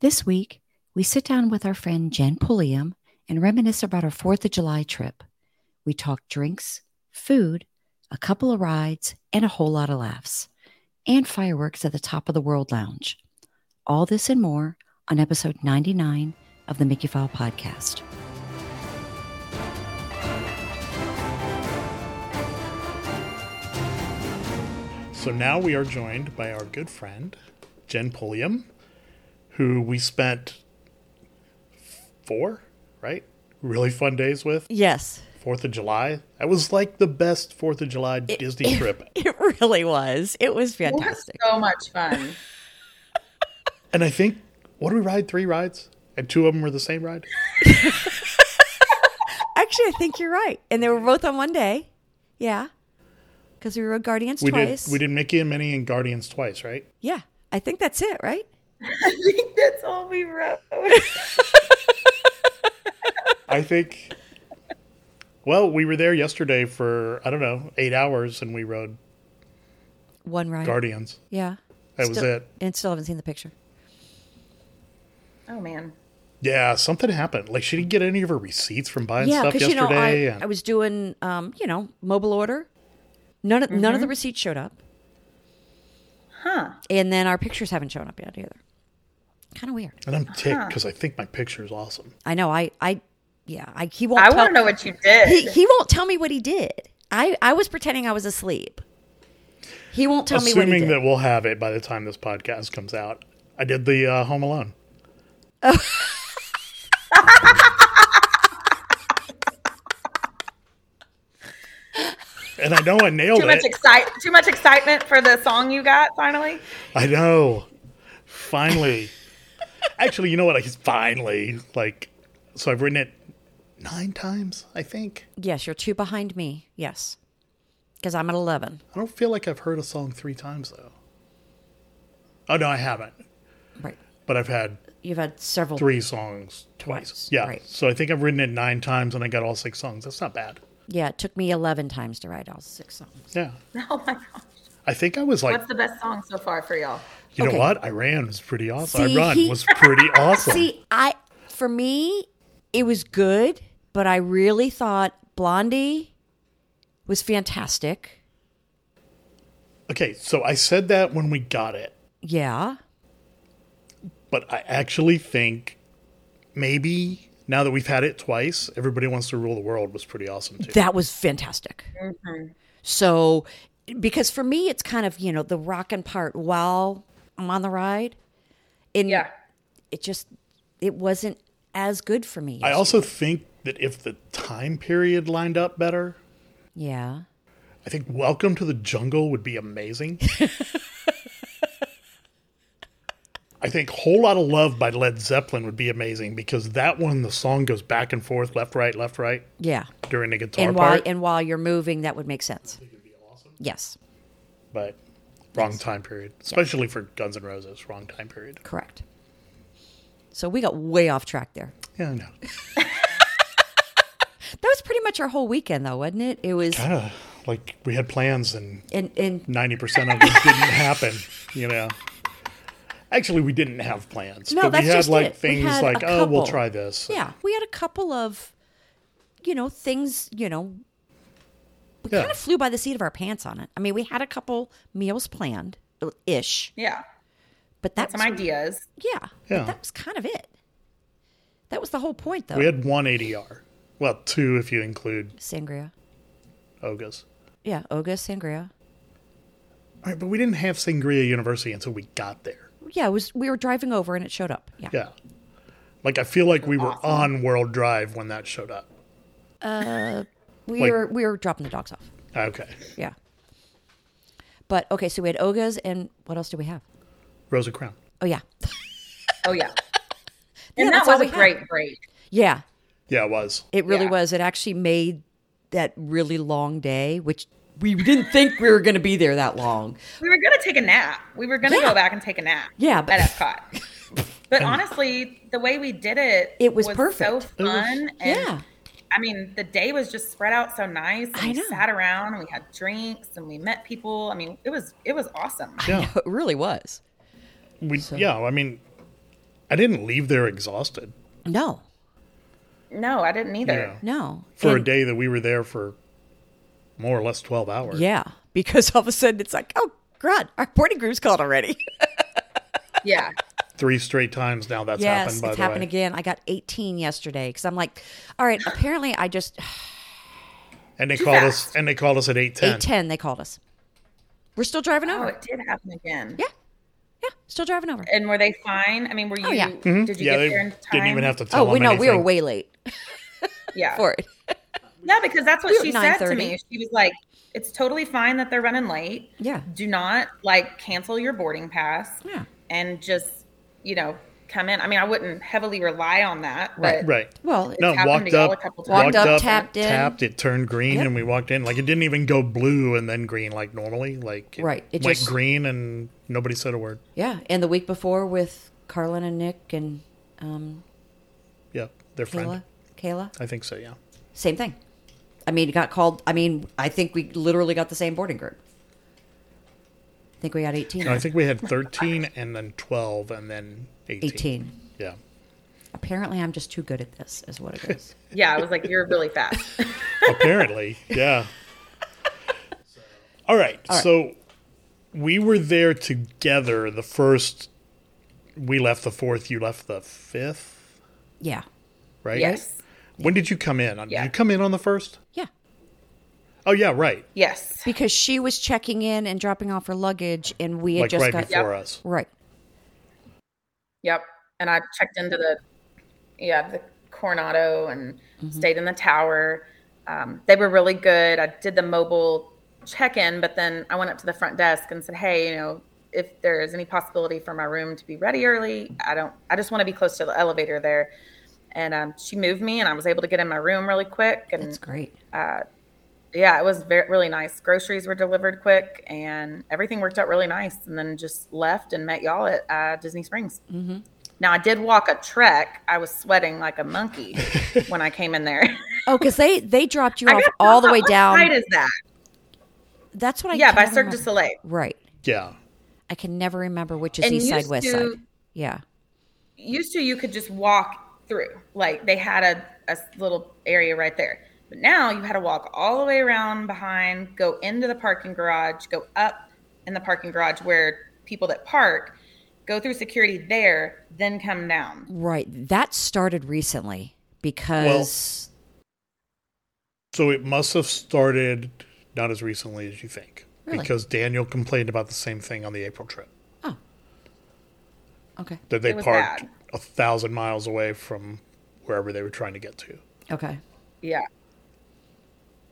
This week, we sit down with our friend Jan Pulliam and reminisce about our 4th of July trip. We talk drinks, food, a couple of rides, and a whole lot of laughs, and fireworks at the top of the World Lounge. All this and more on episode 99 of the Mickey File podcast. So now we are joined by our good friend, Jen Pulliam, who we spent four, right? Really fun days with. Yes, Fourth of July. That was like the best Fourth of July Disney trip. it really was. It was It was fantastic. so much fun. And I think, what did we ride? Three rides? And two of them were the same ride? Actually, I think you're right. And they were both on one day. Yeah. Because we rode Guardians We twice. did we did Mickey and Minnie and Guardians twice, right? Yeah. I think that's it, right? I think that's all we wrote. I think Well, we were there yesterday for I don't know, eight hours and we rode One ride. Guardians. yeah. That was Still- it. And still haven't seen the picture. Oh man. Yeah, something happened. Like she didn't get any of her receipts from buying yeah, stuff because you know I, yesterday. and I was doing um, you know mobile order. None of none of Mm-hmm. the receipts showed up, Huh. and then our pictures haven't shown up yet either. Kind of weird. And I'm ticked because I think my picture is awesome. I know. I I yeah. I he won't. I tell- want to know what you he, did. he won't tell me what he did. I, I was pretending I was asleep. He won't tell me what he Assuming did. that we'll have it by the time this podcast comes out, I did the uh, Home Alone. and I know I nailed Too much it. excite too much excitement for the song you got finally. I know. Finally. Actually, you know what? I finally like. So I've written it nine times, I think. yes, you're two behind me. Yes. Because I'm at 11. I don't feel like I've heard a song three times though. Oh no, I haven't. Right. But I've had You've had several. three songs twice. Twice, Yeah. right. So I think I've written it nine times and I got all six songs. That's not bad. Yeah, it took me 11 times to write all six songs. Yeah. Oh my gosh. I think I was like, What's the best song so far for y'all? you Okay. know what? I ran was pretty awesome. See, I run he- was pretty awesome. See, I for me, it was good, but I really thought Blondie was fantastic. Okay, so I said that when we got it, Yeah. but I actually think maybe now that we've had it twice, everybody wants to rule the world was pretty awesome too. That was fantastic. Mm-hmm. So, because for me, it's kind of, you know, the rocking part while I'm on the ride. And Yeah. it just, it wasn't as good for me. I also think that if the time period lined up better, yeah. I think Welcome to the Jungle would be amazing. I think Whole Lot of Love by Led Zeppelin would be amazing because that one, the song goes back and forth, left, right, left, right Yeah. during the guitar And while, part. and while you're moving, that would make sense. Yes. but wrong time period, especially for Guns N' Roses, wrong time period. Correct. So we got way off track there. Yeah, I know. That was pretty much our whole weekend, though, wasn't it? It was, Kind of like we had plans and and, and 90% of them didn't happen, you know. Actually, we didn't have plans, No, but that's we had just like it. We things had a like, oh, we'll couple." try this. yeah, we had a couple of, you know, things, you know, we Yeah. kind of flew by the seat of our pants on it. I mean, we had a couple meals planned ish, Yeah. but that's Some ideas. yeah, Yeah. But that was kind of it. That was the whole point, though. We had one ADR. Well, two if you include sangria, Ogas. yeah, Oga sangria. All right, but we didn't have Sangria University until we got there. Yeah, it was. We were driving over, and it showed up. Yeah, Yeah. Like, I feel like we were on World Drive when that showed up. we Like- were we were dropping the dogs off. Okay. Yeah, but okay, so we had Ogas, and what else did we have? Rosa Crown. Oh yeah, Oh yeah. Yeah, And that that's all was a we had. great break. yeah. Yeah, it was. It really Yeah. was. It actually made that really long day, which we didn't think we were going to be there that long. We were gonna take a nap. We were gonna Yeah. go back and take a nap. Yeah, but- at Epcot. But honestly, the way we did it, It was So perfect. It was- fun. and Yeah. I mean, the day was just spread out so nice. And I we know. sat around and we had drinks and we met people. I mean, it was it was awesome. Yeah. It really was. We, Yeah, I mean, I didn't leave there exhausted. No, No, I didn't either. Yeah. no. For a And- day that we were there for more or less 12 hours. Yeah, because all of a sudden it's like, oh, God, our boarding group's called already. Yeah. Three straight times now that's yes, happened, by it's the happened way. again. I got 18 yesterday because I'm like, all right, apparently I just, And they called us and they called us at 810. 810, they called us. We're still driving Oh, over. it did happen again. Yeah. Yeah, still driving over. And were they fine? I mean, were you? Oh, yeah. Did you Mm-hmm. Hmm? Yeah, get they there in time? didn't even have to tell Oh, we them know we were anything. way late Yeah. for it. No, because that's what We were she said to 9:30. me. She was like, "It's totally fine that they're running late. Yeah. Do not like cancel your boarding pass. Yeah. And just you know come in. I mean, I wouldn't heavily rely on that, Right. but Right. Well, No, happened walked to y'all up, a couple walked times. up, Walked up, tapped, tapped in. it turned green, Yep. and we walked in. Like it didn't even go blue and then green like normally. Like it Right, it went just- green and nobody said a word. yeah. And the week before with Carlin and Nick and um, Yeah, their friend. Kayla, Kayla, I think so. Yeah. same thing. I mean, it got called. I mean, I think we literally got the same boarding group. I think we got 18. No, I think we had thirteen and then twelve and then eighteen. 18. Yeah. Apparently, I'm just too good at this, is what it is. yeah, I was like, "You're really fast." Apparently, yeah. All right, So we were there together. The first, we left the fourth. You left the fifth, yeah. right? yes. When did you come in? Did Yeah. you come in on the first? Yeah. Oh yeah, right. Yes. Because she was checking in and dropping off her luggage, and we had Like just right got. before Yep. us. Right. Yep. And I checked into the yeah, the Coronado and stayed in the tower. Um, they were really good. I did the mobile check in, but then I went up to the front desk and said, Hey, you know, if there is any possibility for my room to be ready early, I don't, I just want to be close to the elevator there. And um, she moved me and I was able to get in my room really quick. And That's great. yeah, it was very, really nice. Groceries were delivered quick and everything worked out really nice. And then just left and met y'all at uh, Disney Springs. Mm-hmm. Now, I did walk a trek. I was sweating like a monkey when I came in there. Oh, because they they dropped you I off guess all the how- way what down. Side is that? That's what I. Yeah, by can't Cirque du remember. Soleil. Right. Yeah. I can never remember which is And east side, used west to- side. Yeah. Used to, you could just walk through. Like they had a, a little area right there. But now you had to walk all the way around behind, go into the parking garage, go up in the parking garage where people that park, go through security there, then come down. Right. That started recently because So it must have started not as recently as you think, Really? because Daniel complained about the same thing on the April trip Oh. okay. that they It was parked bad. a thousand miles away from wherever they were trying to get to. Okay. Yeah.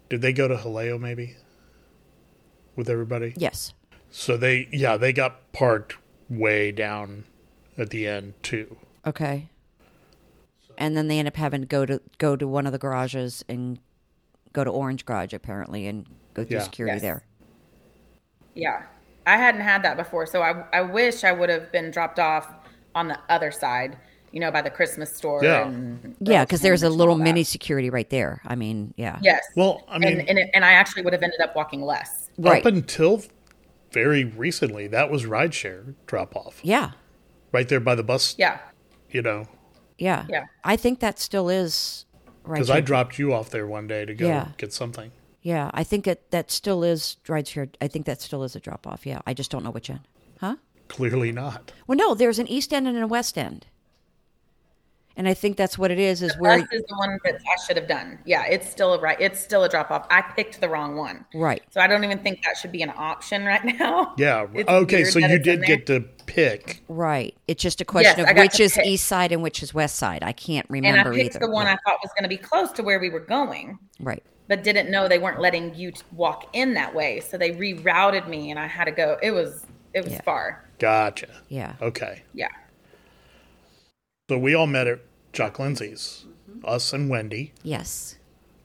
Did they go to Haleo maybe with everybody? Yes. So they yeah, they got parked way down at the end too. Okay. And then they end up having to go to go to one of the garages and go to Orange Garage apparently and go through Yeah. security Yes. there. Yeah. I hadn't had that before. So I, I wish I would have been dropped off on the other side, you know, by the Christmas store. Yeah. And Yeah, because there's a and all little that. mini security right there. I mean, yeah. Yes. Well, I mean and, and, it, and I actually would have ended up walking less. Right. up until very recently that was rideshare drop off. yeah. Right there by the bus, Yeah. you know. Yeah. Yeah. I think that still is right. Because I dropped you off there one day to go Yeah. get something. yeah, I think it that still is right here. I think that still is a drop off. Yeah. I just don't know which end. Huh? Clearly not. Well, no, there's an east end and a west end. And I think that's what it is is Where where is the one that I should have done. Yeah, it's still a right. It's still a drop off. I picked the wrong one. right. So I don't even think that should be an option right now. Yeah. It's okay, weird so that you it's in did get there. to pick. Right. It's just a question Yes, I of got which to is pick. east side and which is west side. I can't and I remember picked either. the one Yeah. I thought was going to be close to where we were going, right. but didn't know they weren't letting you t- walk in that way. So they rerouted me, and I had to go. It was it was Yeah. far. Gotcha. Yeah. Okay. Yeah. So we all met at Jock Lindsay's. Mm-hmm. Us and Wendy Yes.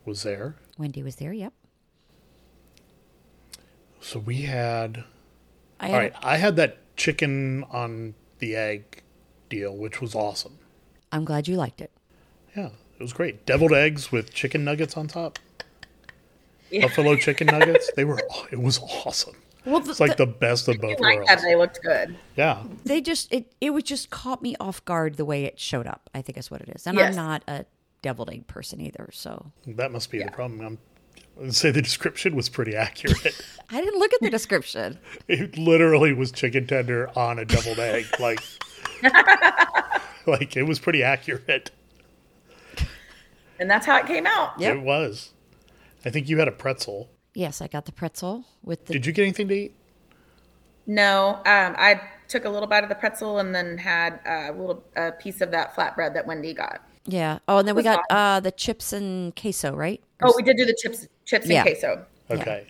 was there. Wendy was there. Yep. So we had I All right, I had that chicken on the egg deal, which was awesome. I'm glad you liked it. Yeah, it was great. Deviled eggs with chicken nuggets on top. Buffalo chicken nuggets. They were. It was awesome. Well, It's like the best of both like worlds. that. They looked good. Yeah. they just it it was just caught me off guard the way it showed up. I think is what it is, and I'm Yes. not a deviled egg person either, so That must be the problem. I'm, I'd say the description was pretty accurate. I didn't look at the description. it literally was chicken tender on a deviled egg. Like, like it was pretty accurate. And that's how it came out. Yep. It was. I think you had a pretzel. yes, I got the pretzel with the. Did you get anything to eat? No, um, I took a little bite of the pretzel and then had uh, a little a piece of that flatbread that Wendy got. yeah. Oh, and then we was got uh, the chips and queso, right? Or Oh, we did do the chips, chips Yeah. and queso. Okay.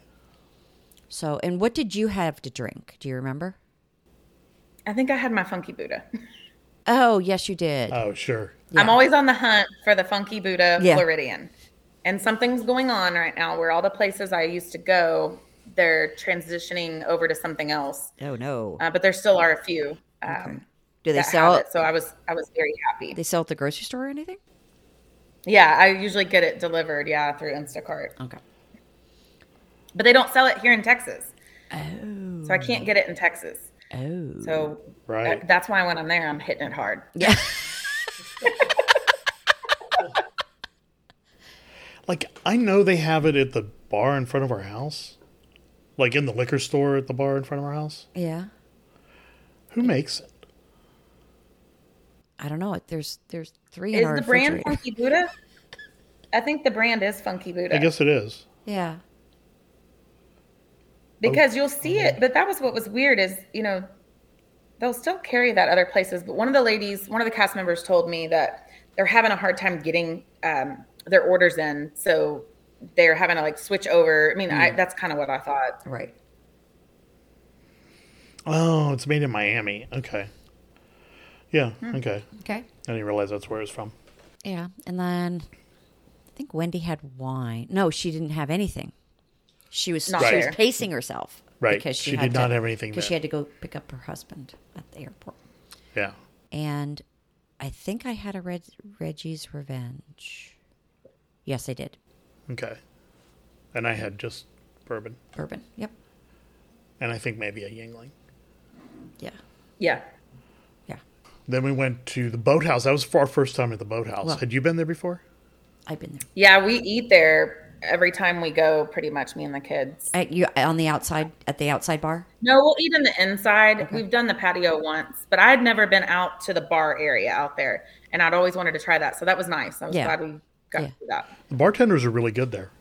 So, and what did you have to drink? Do you remember? I think I had my funky Buddha. Oh, yes, you did. Oh, sure. I'm always on the hunt for the funky Buddha Yeah. Floridian, and something's going on right now where all the places I used to go, they're transitioning over to something else. oh no. Uh, but there still are a few. Um, Do they that sell have it? it, so I was I was very happy. They sell at the grocery store or anything? Yeah, I usually get it delivered, yeah, through Instacart. Okay. But they don't sell it here in Texas. Oh. So I can't Mm. get it in Texas. Oh. So Right. that- that's why when I'm there, I'm hitting it hard. Yeah. Like I know they have it at the bar in front of our house, like in the liquor store at the bar in front of our house. yeah. Who makes it? I don't know. There's there's three in Is our the brand refrigerator. Funky Buddha? I think the brand is Funky Buddha. I guess it is. Yeah. Oh, because you'll see it but that was what was weird is you know they'll still carry that other places but one of the ladies one of the cast members told me that they're having a hard time getting um, their orders in so they're having to like switch over i mean I, Mm. that's kind of what i thought Right. Oh, it's made in Miami. Okay. Yeah. Hmm. Okay. Okay. I didn't realize that's where it's from. Yeah. And then I think Wendy had wine. No, she didn't have anything. She was Not she there. was pacing herself. Right. She did not have anything Because there. she had to go pick up her husband at the airport. Yeah. And I think I had a Reg, Reggie's Revenge. Yes, I did. Okay. And I had just bourbon, Bourbon. Yep. and I think maybe a Yingling. Yeah. yeah Yeah. Then we went to the boathouse. That was for our first time at the boathouse. Well- had you been there before? I've been there. yeah we eat there every time we go pretty much me and the kids At you on the outside at the outside bar? no we'll eat in the inside we've done the patio once but i had never been out to the bar area out there and i'd always wanted to try that so that was nice i was Yeah. glad we got Yeah. to do that The bartenders are really good there.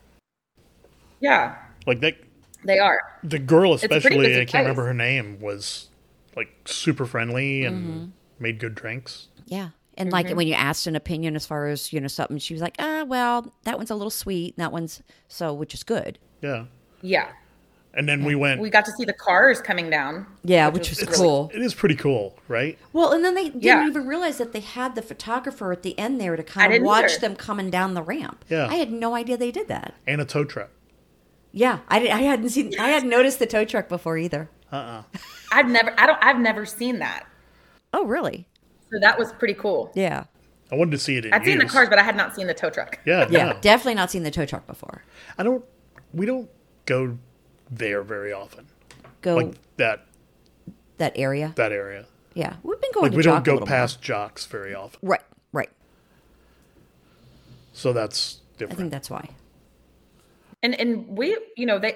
yeah Like that, they are the girl a pretty especially. I busy can't place. remember her name. Was like super friendly and Mm-hmm. made good drinks. Yeah. Mm-hmm. And like when you asked an opinion as far as, you know, something, she was like, ah, well, that one's a little sweet. and That one's so, which is good. Yeah. Yeah. And then we went. We got to see the cars coming down. Yeah, which, was, cool. it is pretty cool, right? Well, and then they didn't Yeah. even realize that they had the photographer at the end there to kind of didn't watch either. them coming down the ramp. Yeah. I had no idea they did that. And a tow truck. Yeah, I, did, I hadn't seen, I hadn't noticed the tow truck before either. Uh-uh. I've never I don't I've never seen that. Oh, really? So that was pretty cool. Yeah. I wanted to see it. In I'd seen the use. cars, but I had not seen the tow truck. Yeah, Yeah, no. definitely not seen the tow truck before. I don't. We don't go there very often. Go Oh. Like that that area. that area. yeah, we've been going. Like to we Jock a don't go little more. past Jocks very often. Right, right. So that's I different. think that's why. And and we, you know, they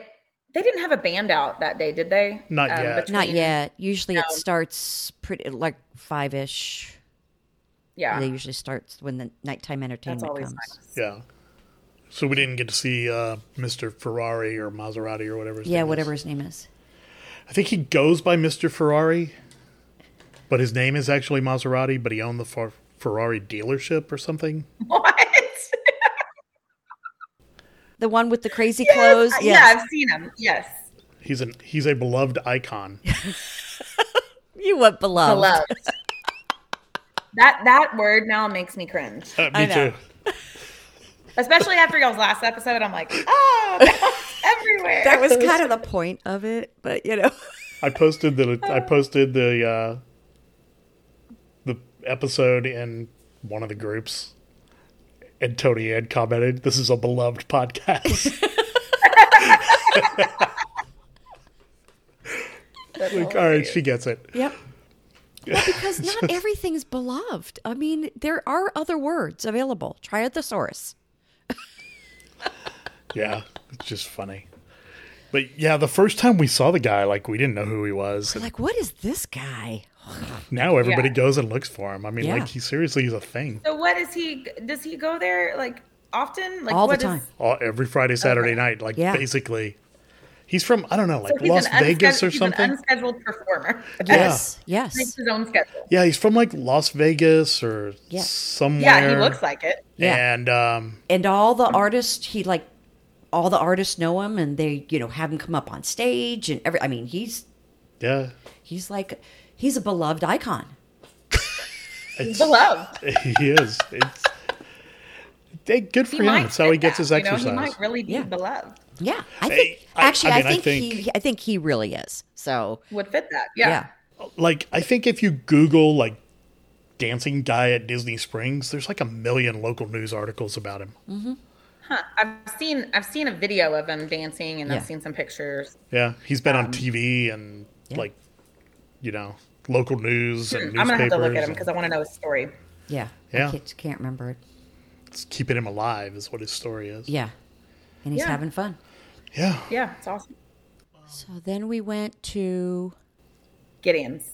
they didn't have a band out that day, did they? Um, Not yet. between- Not yet. Usually it starts pretty like five ish. They Yeah. usually starts when the nighttime That's entertainment always comes. nice. yeah. So we didn't get to see uh, Mr. Ferrari or Maserati or whatever. His Yeah, name is. whatever his name is. I think he goes by Mr. Ferrari, but his name is actually Maserati. But he owned the Fer- Ferrari dealership or something. What? The one with the crazy clothes. yeah, Yes. I've seen them. Yes. He's an he's a beloved icon. You went beloved. Beloved. that that word now makes me cringe. Uh, me I know. too. Especially after y'all's last episode. I'm like, oh, that's everywhere. That was kind of the point of it, but you know. I posted the I posted the uh, the episode in one of the groups, and Tony had commented, "This is a beloved podcast." That's Like, all all I right, do. she gets it. Yep. Well, because not everything's beloved. I mean, there are other words available. Try a thesaurus. Yeah, it's just funny. But yeah, the first time we saw the guy, like we didn't know who he was. Like, what is this guy? now everybody Yeah. goes and looks for him. I mean, Yeah. like he seriously is a thing. So what is he? Does he go there like often? Like All the what is- time. All, every Friday, Saturday night, like Yeah. basically, he's from I don't know, so like he's Las an Vegas unscheduled- or something. He's an unscheduled performer. Yes. Makes Yes. his own schedule. yeah, he's from like Las Vegas or Yeah. somewhere. Yeah, he looks like it. Yeah. And um, And all the artists, he like, all the artists know him, and they, you know, have him come up on stage, and every. I mean, he's yeah, he's like, he's a beloved icon. He's beloved. he is. It's hey, good for He him. might That's how fit he gets that, his you know? exercise. He might really be Yeah. beloved. Yeah, I Hey, think I- I actually, I, mean, I think, he, think- I think he really is. So Would fit that. yeah, Yeah. like I think if you Google like dancing guy at Disney Springs, there's like a million local news articles about him. Mm. Huh. I've seen I've seen a video of him dancing and Yeah. I've seen some pictures. Yeah, he's been Um, on TV and like you know local news and I'm newspapers. gonna have to look at him and because I want to know his story. yeah, Yeah. I can't, can't remember it. it's keeping him alive is what his story is. Yeah, and he's Yeah. having fun. Yeah. Yeah, it's awesome. So then we went to Gideon's.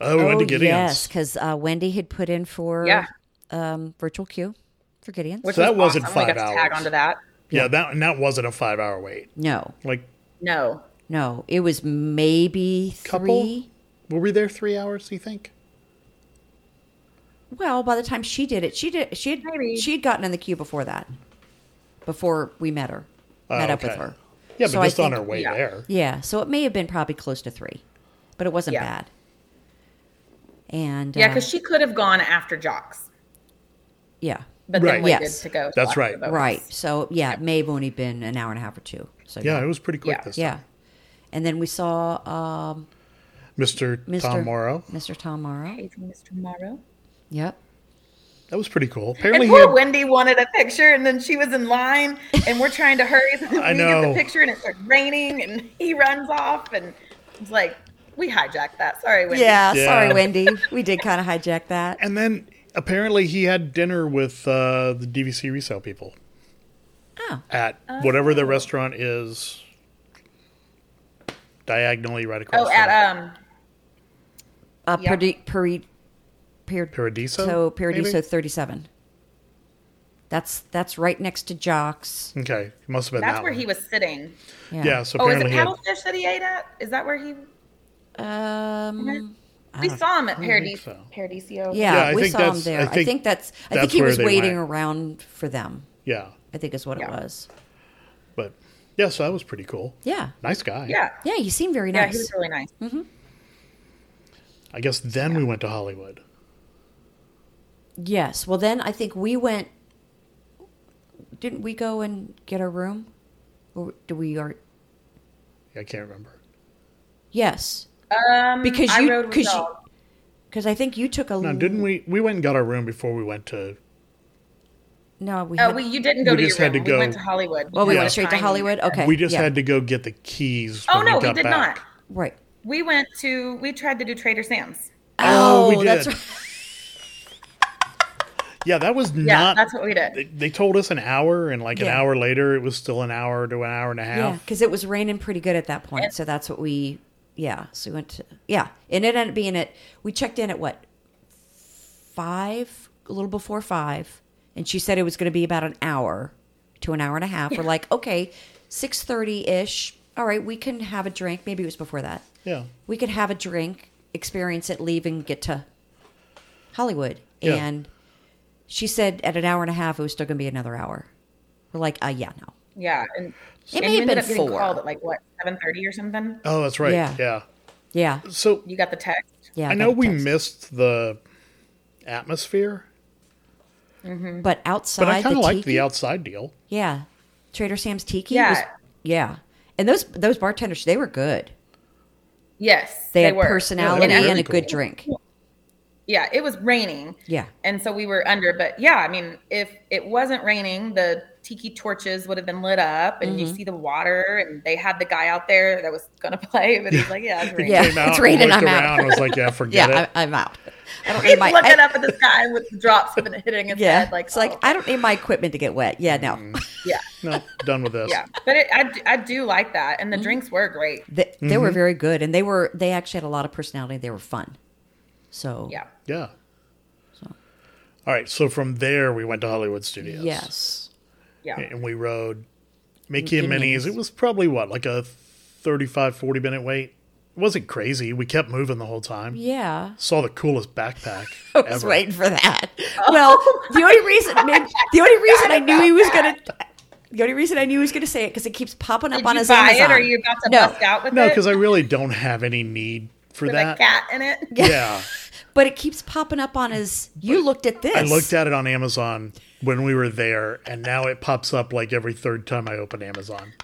Oh, we went to Gideon's. yes, because uh, Wendy had put in for Yeah. um, virtual queue for Gideon's. Which So that was wasn't awesome. We five got to tag hours. onto that. Yeah, that and that wasn't a five hour wait. no, Like No. no, it was maybe Couple? three. were we there three hours, you think? Well, by the time she did it, she did she had Maybe. she had gotten in the queue before that, before we met her, Oh, met up with okay. her. Yeah, but So I just on think- our way yeah. there. Yeah, so it may have been probably close to three, but it wasn't Yeah. bad. And Yeah, uh, because she could have gone after Jocks, yeah, but Right. then waited Yes. to go. That's after right. those. right. So yeah, it may have only been an hour and a half or two. So Yeah, it was pretty quick Yeah. this time. yeah. And then we saw um, Mr. Mr. Tom Morrow. Mr. Tom Morrow. Hey, Mr. Morrow. Yep. That was pretty cool. And Apparently he poor had Wendy wanted a picture, and then she was in line, and we're trying to hurry. So I we get know. the picture, and it starts raining, and he runs off, and it's like, we hijacked that. Sorry, Wendy. Yeah, Yeah. Sorry, Wendy. We did kind of hijack that. And then apparently he had dinner with uh, the DVC resale people Oh, at whatever Oh. the restaurant is diagonally right across Oh, at um, uh, Yeah. Peri- Peri- Peri- uh, Paradiso. so maybe? Paradiso thirty-seven. That's that's right next to Jocks. Okay. It must have been that's that where one. he was sitting. Yeah, so Oh, is apparently it he had, paddlefish that he ate at? Is that where he? Um, We saw him at Paradis- think so. Paradiso. yeah, Yeah, I we think saw him that's- there. I I think, think that's. I that's think he where was they waiting went. around for them. Yeah. I think is what Yeah. it was. But yeah, so that was pretty cool. Yeah, Nice guy. Yeah. yeah. You seemed very Yeah, nice. he was really nice. I guess then we went to Hollywood. yes. Well, then I think we went. Didn't we go and get a room? Or do we are? I can't remember. Yes, Um, Mm-hmm. Because I you- rode with 'cause you- y'all. because I think you took a. No, didn't we? We went and got our room before we went to. No, we. Oh, had- we you didn't go We to just your had room. to We went go- to Hollywood. well, we Yeah. went straight to Tiny. Hollywood. Okay. We just yeah. had to go get the keys. Oh when no, we, got did back. not. Right. We went to we tried to do Trader Sam's. Oh, we that's did. right. Yeah, that was Yeah, not. that's what we did. they, they told us an hour, and like an Yeah. hour later, it was still an hour to an hour and a Yeah, half. because it was raining pretty good at that point. So that's what we, yeah. So we went to, yeah. And it ended up being at, we checked in at what, five, a little before five. And she said it was going to be about an hour to an hour and a half. We're like, okay, 6.30-ish. All right, we can have a drink. Maybe it was before that. Yeah. We could have a drink, experience it, leave and get to Hollywood. Yeah. And she said at an hour and a half, it was still going to be another hour. We're like, uh, yeah, no. Yeah, and It and may you have ended been up getting four. called at like what seven thirty or something. Oh, that's right. Yeah. Yeah. Yeah. So You got the text. Yeah. I got know a we text. missed the atmosphere, But outside, but I kind Oh, the of liked tiki, the outside deal. yeah, Trader Sam's tiki. Yeah. was- yeah, and those those bartenders, they were good. Yes, They, they, had were personality Yeah, they were and really a good cool. drink. Yeah, it was raining. Yeah, and so we were under but yeah i mean if it wasn't raining the tiki torches would have been lit up and Mm-hmm. you see the water and they had the guy out there that was going to play, but he's like, yeah, it's raining. Yeah. Came out, It's raining, looked I'm out. around, I was like, yeah, forget yeah, it. I, I'm out. I don't He's need my looking I- up at the sky with the drops of it hitting his yeah. head. Like, it's like oh. I don't need my equipment to get wet. Yeah, no. Mm-hmm. yeah, no, done with this. yeah. But it, I, I do like that. And the Mm-hmm. drinks were great. They, they Mm-hmm. were very good, and they were they actually had a lot of personality. They were fun. So Yeah. Yeah. All right. So from there, we went to Hollywood Studios. yes, Yeah. And we rode Mickey and Mickey and Minnie's. It was probably what, like a 35, 40 minute wait? It wasn't crazy. We kept moving the whole time. yeah. Saw the coolest backpack I was ever. waiting for that. Oh. Well, the only reason the only reason I knew he was gonna the only reason I knew he was gonna say it because it keeps popping up Did on you his buy Amazon. it? Or are you about to No. bust out with No, it? because I really don't have any need for with that. a cat in it. Yeah. but it keeps popping up on his. You looked at this. I looked at it on Amazon when we were there, and now it pops up like every third time I open Amazon.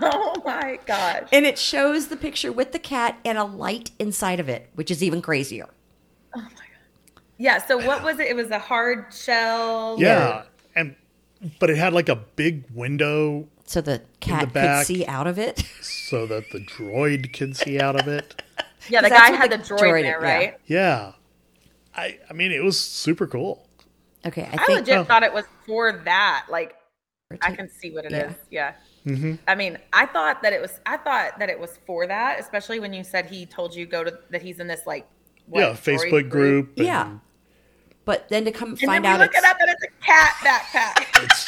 Oh my gosh. and it shows the picture with the cat and a light inside of it, which is even crazier. Yeah. So what was it? It was a hard shell. Yeah. And but it had like a big window So the cat could back. see out of it. so that the droid can see out of it. Yeah. The That's guy what had the the droid, droid- in there, yeah. right? Yeah. I I mean it was super cool. Okay, I I think legit oh. thought it was for that. Like, I can see what it is. Yeah. yeah. I mean, I thought that it was. I thought that it was for that, especially when you said he told you go to that he's in this like. what, yeah, story Facebook group. and yeah. But then to come And find then out, we look it's, it up and it's a cat backpack. It's,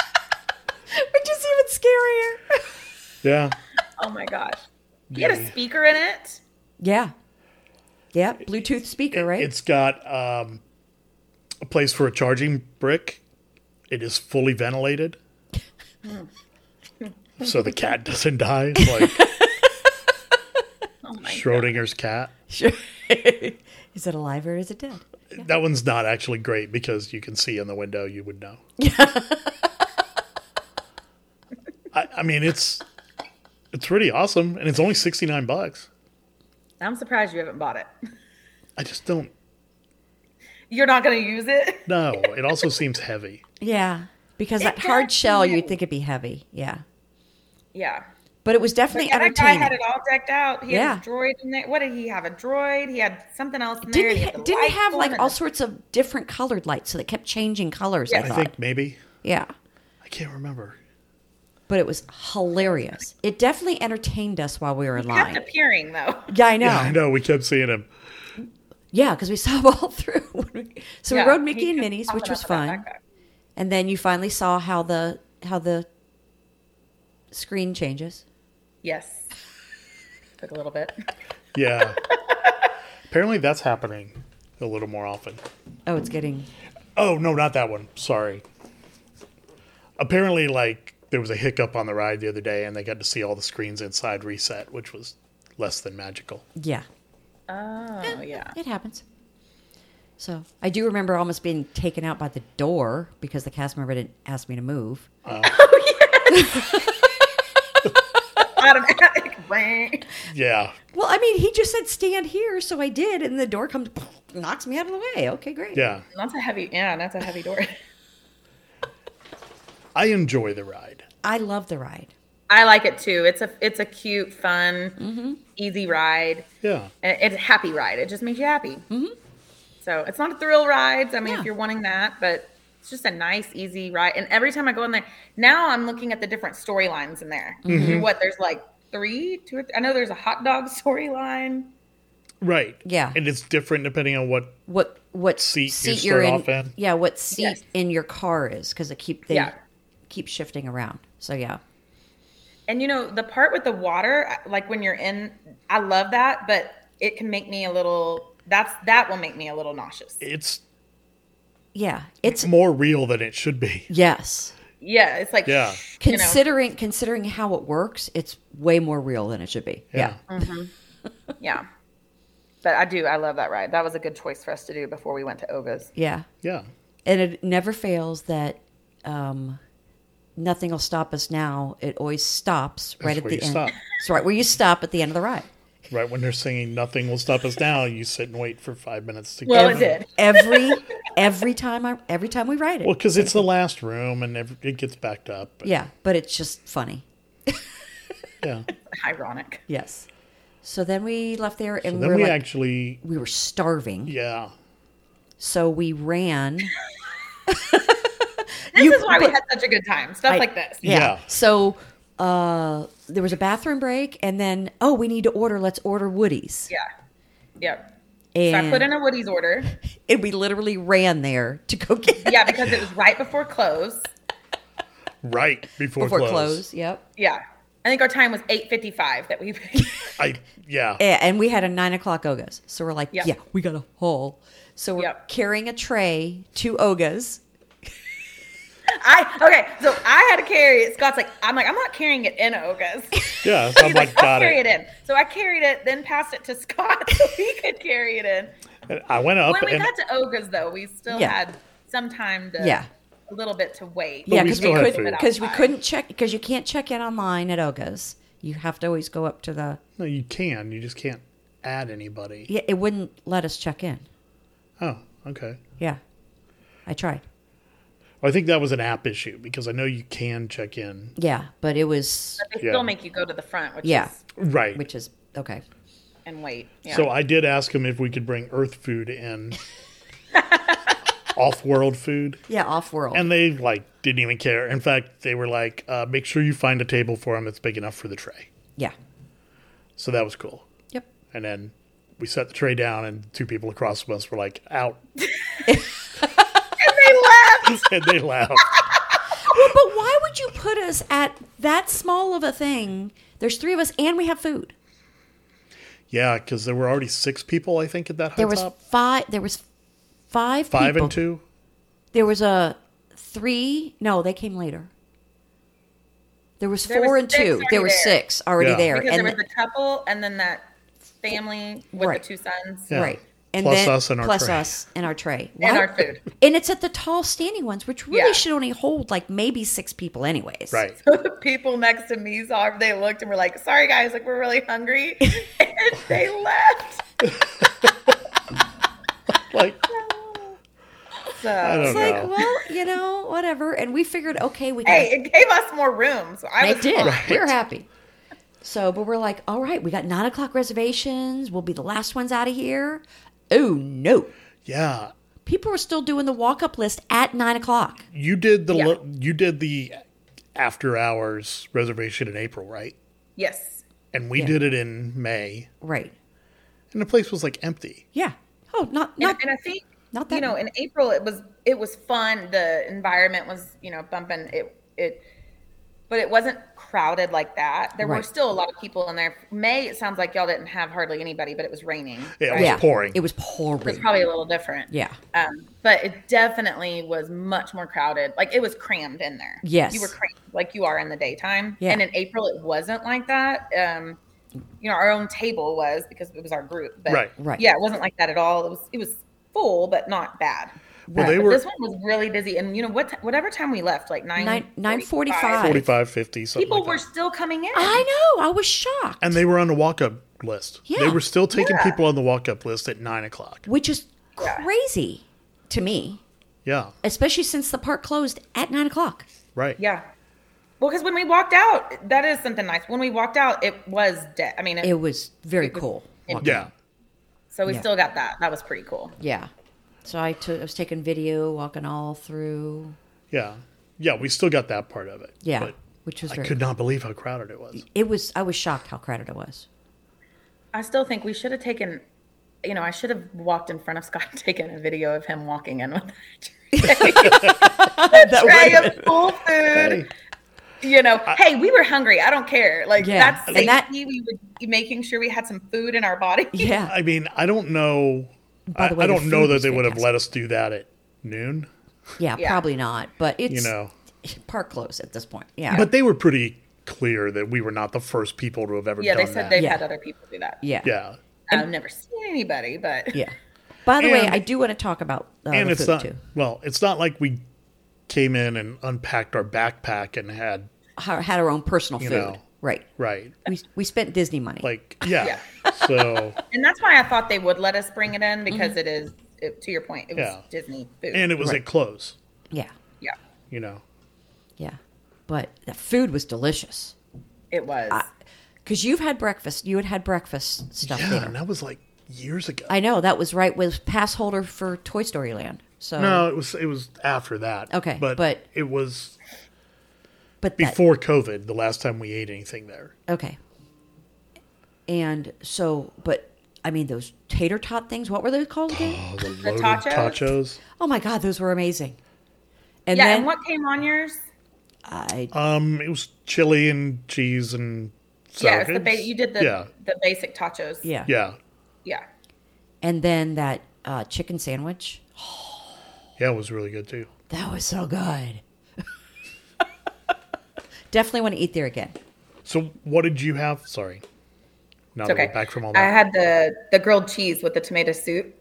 which is even scarier. yeah. oh my gosh. He had a Yeah. speaker in it. yeah, yeah. Bluetooth speaker, right? It's got um, a place for a charging brick. It is fully ventilated. Hmm. so the cat doesn't die. It's like Oh my Schrodinger's cat. Sure. is it alive or is it dead? That one's not actually great because you can see in the window, you would know. I, I mean, it's it's pretty awesome, and it's only sixty nine bucks. I'm surprised you haven't bought it. I just don't You're not going to use it. know. It also seems heavy. Yeah, because that does hard shell, seem you'd heavy. think it'd be heavy. Yeah, Yeah. but it was definitely Yeah, that guy entertaining. had it all decked out. He Yeah. had his droid in there. What did he have? A droid. He had something else in didn't there. He he, had the didn't he lights have on like and all the- sorts of different colored lights, so they kept changing colors. I Yes. I thought. think maybe yeah, I can't remember. but it was hilarious. It definitely entertained us while we were in kept line. appearing though. Yeah, I know. I know we kept seeing him. Yeah, because we saw all through. when we- so Yeah, we rode Mickey he and kept Minnie's, which popping was up in that fun, backpack. and then you finally saw how the how the screen changes. Yes. Took a little bit. Yeah. Apparently, that's happening a little more often. Oh, it's getting Oh no, not that one. Sorry. Apparently, like there was a hiccup on the ride the other day, and they got to see all the screens inside reset, which was less than magical. yeah, Oh yeah. it happens. So I do remember almost being taken out by the door because the cast member didn't ask me to move. Automatic. Wait. Yeah, Well, I mean, he just said stand here, so I did, and the door comes knocks me out of the way. Okay, great. yeah. that's a heavy. Yeah, that's a heavy door. I enjoy the ride. I love the ride. I like it too. It's a it's a cute, fun, Mm-hmm. easy ride. Yeah, And it's a happy ride. It just makes you happy. So it's not a thrill ride. I mean, Yeah. if you're wanting that, but it's just a nice, easy ride. And every time I go in there, now I'm looking at the different storylines in there. What there's like three, two, or th- I know there's a hot dog storyline. right. Yeah. and it's different depending on what. What what Seat you are start in? off in. Yeah, what seat Yes. in your car is because it keep they Yeah. keep shifting around. So yeah, And you know, the part with the water, I- like when you're in, I love that, but it can make me a little. That's that will make me a little nauseous. It's yeah, Mm-hmm. it's more real than it should be. yes. Yeah, it's like Yeah. you know. Considering considering how it works, it's way more real than it should be. Yeah, Yeah. But I do. I love that ride. That was a good choice for us to do before we went to Oga's. yeah, Yeah, and it never fails that um, nothing will stop us now. It always stops right That's at where the you end. stop. It's right where you stop at the end of the ride. right when they're singing "Nothing Will Stop Us Now," you sit and wait for five minutes to. Well, get it did. Every every time I every time we write it. Well, because it's the last room and every, it gets backed up. yeah, but it's just funny. Yeah. Ironic. Yes. So then we left there and And we then were we like, actually, we were starving. yeah. So we ran. This You- is why we but- had such a good time. Stuff I- like this. Yeah. Yeah. So uh, there was a bathroom break, and then oh, we need to order. Let's order Woody's. Yeah. Yep. So And, I put in a Woody's order. and we literally ran there to go get Yeah, because it was right before close. Right before, before close. close. Yep. Yeah. I think our time was 8.55 that we I Yeah, yeah. Eh, and we had a nine o'clock ogas. So we're like, Yep. yeah, we got a haul. So we're Yep. carrying a tray, two ogas. I okay, so I had to carry it. Scott's like, I'm like, I'm not carrying it in Oga's. Oh yeah. So I'm He's like, like, got I'll carry it. it. in. So I carried it, then passed it to Scott so he could carry it in. And I went up when we and got to Oga's though, we still Yeah. had some time to Yeah. a little bit to wait. yeah, we because we, still had couldn't food. because we couldn't check because you can't check in online at ogas. You have to always go up to the. no, you can. You just can't add anybody. Yeah, it wouldn't let us check in. Oh, okay. Yeah, I tried. Well, I think that was an app issue because I know you can check in. Yeah, but it was But they Yeah. still make you go to the front, which Yeah. is Right. which is okay. and wait. Yeah. So I did ask him if we could bring Earth food in, off-world food, Yeah, off world. and they like didn't even care. In fact, they were like, uh, "Make sure you find a table for him that's big enough for the tray." yeah. So that was cool. Yep. And then we set the tray down, and two people across from us were like, "Out!" and they left. and they laughed. Well, but why would you put us at that small of a thing? There's three of us, and we have food. Yeah, because there were already six people, I think, at that high There was top. five. There was five. Five people. and two. There was a three. No, they came later. There was There four was and six two. already There were there. six already Yeah. there, Because and there was the couple and then that family with Right. the two sons Yeah. right, and Plus then us and our plus tray. us and our tray and Why- our food. And it's at the tall standing ones, which really Yeah. should only hold like maybe six people, anyways. Right. the people next to me saw they looked and were like, sorry guys, like we're really hungry. and they left. Like, I So don't It's know. like, well, you know, whatever. And we figured, okay, we got hey, it gave us more room. So I They was did. fine. We were happy. So, but we're like, all right, we got nine o'clock reservations. We'll be the last ones out of here. Oh no! yeah, People were still doing the walk-up list at nine o'clock. you did the Yeah. lo- you did the after hours reservation in April, right? Yes. And we did it in May, Right? and the place was like empty. Yeah. Oh, not And, not and I think not you that- know, in April it was it was fun. The environment was, you know, bumping it it but it wasn't crowded like that. There were Right. still a lot of people in there. May it sounds like y'all didn't have hardly anybody, but it was raining. Yeah, it was yeah. pouring. It was It's pouring. probably a little different. Yeah. Um, but it definitely was much more crowded. Like it was crammed in there. Yes. You were crammed like you are in the daytime. Yeah. And in April, it wasn't like that. Um, you know, our own table was because it was our group. But Right. Right. Yeah, it wasn't like that at all. It was it was full, but not bad. Well, they But were this one was really busy. And you know what? T- whatever time we left, like nine Nine- 9:45. 45, 50, something people like that. were still coming in. I know. I was shocked. and they were on the walk up list. Yeah. They were still taking people on the walk up list at nine o'clock. which is Yeah. crazy to me, Yeah, especially since the park closed at nine o'clock. right. Yeah. Well, because when we walked out, that is something nice. When we walked out, it was dead. I mean, it, It was very cool. walking. Yeah. so we yeah. still got that. That was pretty cool. Yeah. So I took. I was taking video, walking all through. Yeah. Yeah. We still got that part of it. Yeah, But which was I very could not believe how crowded it was. It was. I was shocked how crowded it was. I still think we should have taken, you know, I should have walked in front of Scott and taken a video of him walking in with that tray, a tray of full food. You know, hey, we were hungry. I don't care. Like Yeah, that's and safety. that- we were making sure we had some food in our body. Yeah. I mean, I don't know. By I, the way, I the don't know food that was they would have fantastic. let us do that at noon, Yeah. Yeah. Probably not. But it's you know. park closed at this point. Yeah. But they were pretty clear that we were not the first people to have ever Yeah, done they said that. they've Yeah. had other people do that. yeah. yeah. I've never seen anybody, but Yeah. By the way, And- I do want to talk about uh, and the it's food not too. well it's not like we came in and unpacked our backpack and had How, had our own personal food. know. Right. right We we spent Disney money. like yeah, so Mm-hmm. and that's why I thought they would let us bring it in because it is it, to your point, it was Yeah. Disney food. and it was at close. Yeah. yeah, You know, Yeah. But the food was delicious. it was. Because you've had breakfast. You had had breakfast stuff yeah, there. and that was like years ago. I know. That was right with pass holder for Toy Story Land. So, no, it was it was after that. Okay, but, but- it was but that- before COVID. The last time we ate anything there, Okay. And so, but I mean, those tater tot things, what were they called again? oh, the loaded tachos? tachos. Oh my God, those were amazing. And yeah, then and what came on yours? I, Um, it was chili and cheese and Yeah, sausage. it's the ba- you did the yeah, the basic tachos. yeah. yeah, yeah, And then that uh, chicken sandwich. yeah. It was really good too. That was so good. Definitely want to eat there again. So, what did you have? Sorry, now it's that okay. we're back from all I that, had the the grilled cheese with the tomato soup.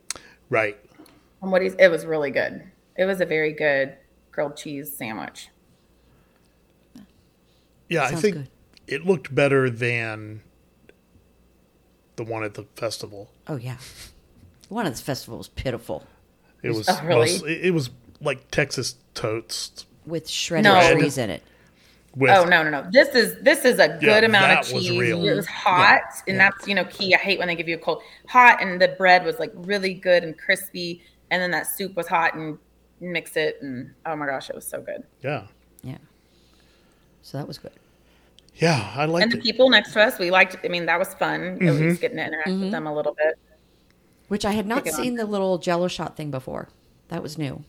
right? And what he's, it was really good. It was a very good grilled cheese sandwich. Yeah, I Sounds think good. it looked better than the one at the festival. Oh, yeah. One of the festivals pitiful It was Oh, really? most- it it was like Texas toast with shredded No. cheese in it. with Oh no, no, no! This is this is a good Yeah, amount of that was cheese. real. It was hot, and that's you know key. I hate when they give you a cold hot, and the bread was like really good and crispy, and then that soup was hot and mix it, and oh my gosh, it was so good. yeah, Yeah. So that was good. yeah. I And liked the it. people next to us, we liked. I mean, that was fun. At Mm-hmm. least getting to interact with them a little bit. Which I had not Take it on. seen the little jello shot thing before. That was new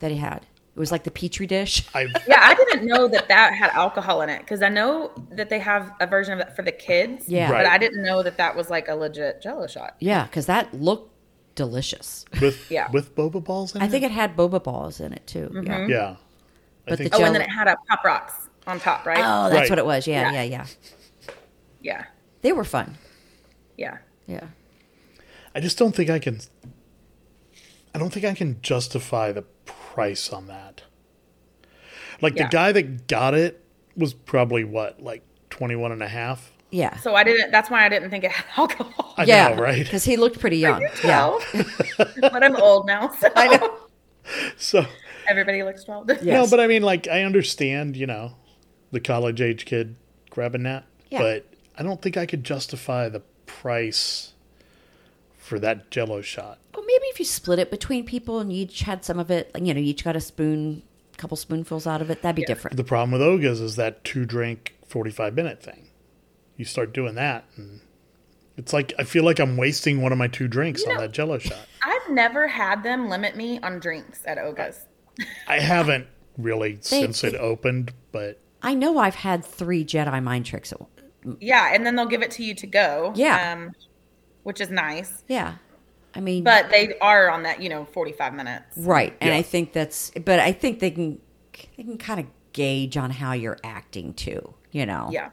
that he had. It was like the petri dish. I Yeah, I didn't know that that had alcohol in it because I know that they have a version of that for the kids. Yeah. but Right. I didn't know that that was like a legit Jello shot. Yeah, because that looked delicious. with Yeah. with boba balls in I it? think it had boba balls in it too. Yeah. yeah. I But think the Oh, Jello- and then it had a pop rocks on top, right? Oh, that's Right. what it was. Yeah, yeah, yeah, Yeah, They were fun. yeah. Yeah. I just don't think I can. I don't think I can justify the price on that. Like Yeah. the guy that got it was probably what like 21 and a half. Yeah. So I didn't. That's why I didn't think it had alcohol. I yeah. know, right? Because he looked pretty young. Yeah. Well, but I'm old now, so So everybody looks twelve. Yes. No, but I mean, like, I understand, you know, the college age kid grabbing that, Yeah. but I don't think I could justify the price for that Jello shot. Well, maybe if you split it between people and you each had some of it, like, you know, you each got a spoon, couple spoonfuls out of it, that'd be different. The problem with Oga's is that two drink, forty five minute thing. You start doing that, and it's like I feel like I'm wasting one of my two drinks on that Jello shot. I've never had them limit me on drinks at Oga's. I haven't really since it opened, but I know I've had three Jedi mind tricks. At, one- Yeah, and then they'll give it to you to go. Yeah. um, which is nice. yeah. I mean, But they are on that, you know, forty-five minutes. Right. And Yeah. I think that's but I think they can they can kind of gauge on how you're acting too, you know. Yeah,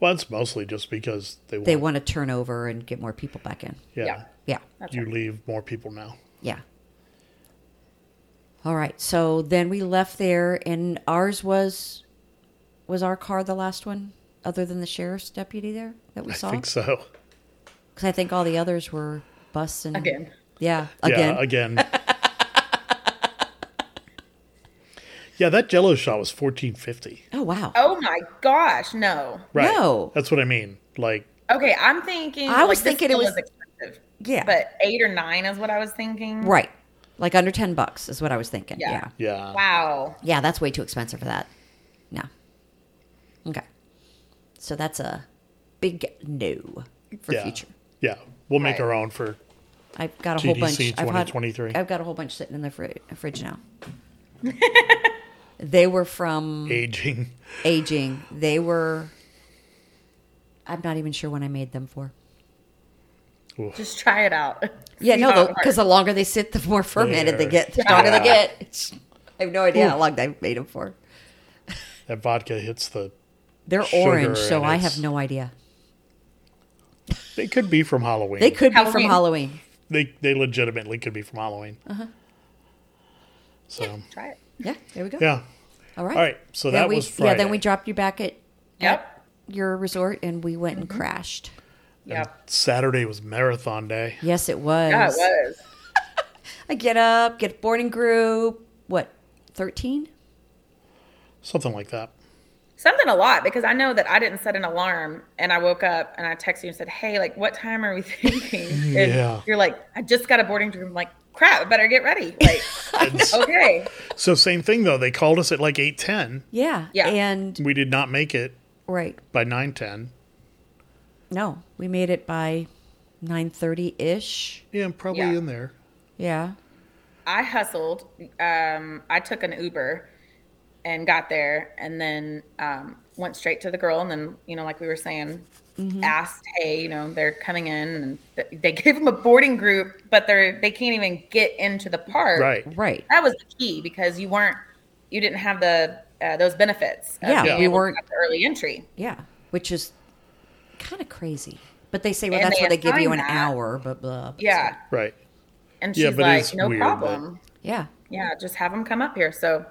well, it's mostly just because they want, They want to turn over and get more people back in. yeah, Yeah. Yeah. you leave more people now. Yeah. All right. So then we left there and ours was was our car the last one other than the sheriff's deputy there that we I saw? think so. Cuz I think all the others were bus and again. Yeah, again. Yeah, again. yeah, that Jello shot was fourteen fifty. oh wow. Oh my gosh, no. Right. No. That's what I mean. Like, Okay, I'm thinking. I was this thinking it still was- is expensive. Yeah. but eight or nine is what I was thinking. Right. Like under 10 bucks is what I was thinking. Yeah. yeah. yeah, Wow. Yeah, that's way too expensive for that. No. Okay. So that's a big no for yeah, future. yeah. We'll make Right. our own for. I've got a whole bunch. TDC I've, had- 2023. I've got a whole bunch sitting in the fri- fridge now. they were from Aging. aging. They were. I'm not even sure when I made them for. Just try it out. Yeah, See no, how it no, works. because the longer they sit, the more fermented they Yeah. get. The stronger they Yeah. get. I have no idea how long I made them for. That vodka hits the. They're Sugar orange, so and I it's- have no idea. They could be from Halloween. They could be from Halloween. Halloween. They they legitimately could be from Halloween. Uh-huh. So yeah. try it. Yeah, there we go. All right. All right, so Then that we, was Yeah, then we Friday. dropped you back at Yep. your resort and we went and crashed. Yeah. Saturday was marathon day. Yes, it was. Yeah, it was. I get up, get boarding group. What, thirteen? Something like that. Something a lot because I know that I didn't set an alarm and I woke up and I texted you and said, "Hey, like, what time are we thinking?" And Yeah. You're like, "I just got a boarding group." I'm like, "Crap, I better get ready." Like, okay, So same thing though. They called us at like eight ten. Yeah. Yeah. And We did not make it right. by nine ten. No, we made it by nine thirty ish. Yeah, I'm probably Yeah. in there. Yeah. I hustled. Um, I took an Uber and got there, and then um, went straight to the girl. And then, you know, like we were saying, Mm-hmm. asked, "Hey, you know, they're coming in, and th- they gave them a boarding group, but they're they can't even get into the park." Right. Right. That was the key because you weren't, you didn't have the uh, those benefits. of Yeah, being we able to weren't- have the early entry. Yeah. Which is kind of crazy. But they say, well, And that's they where they give you assign an that. hour, blah, blah. Yeah, Right. and she's Yeah, but it's like, "No weird that- problem." Yeah. Yeah, just have them come up here. So,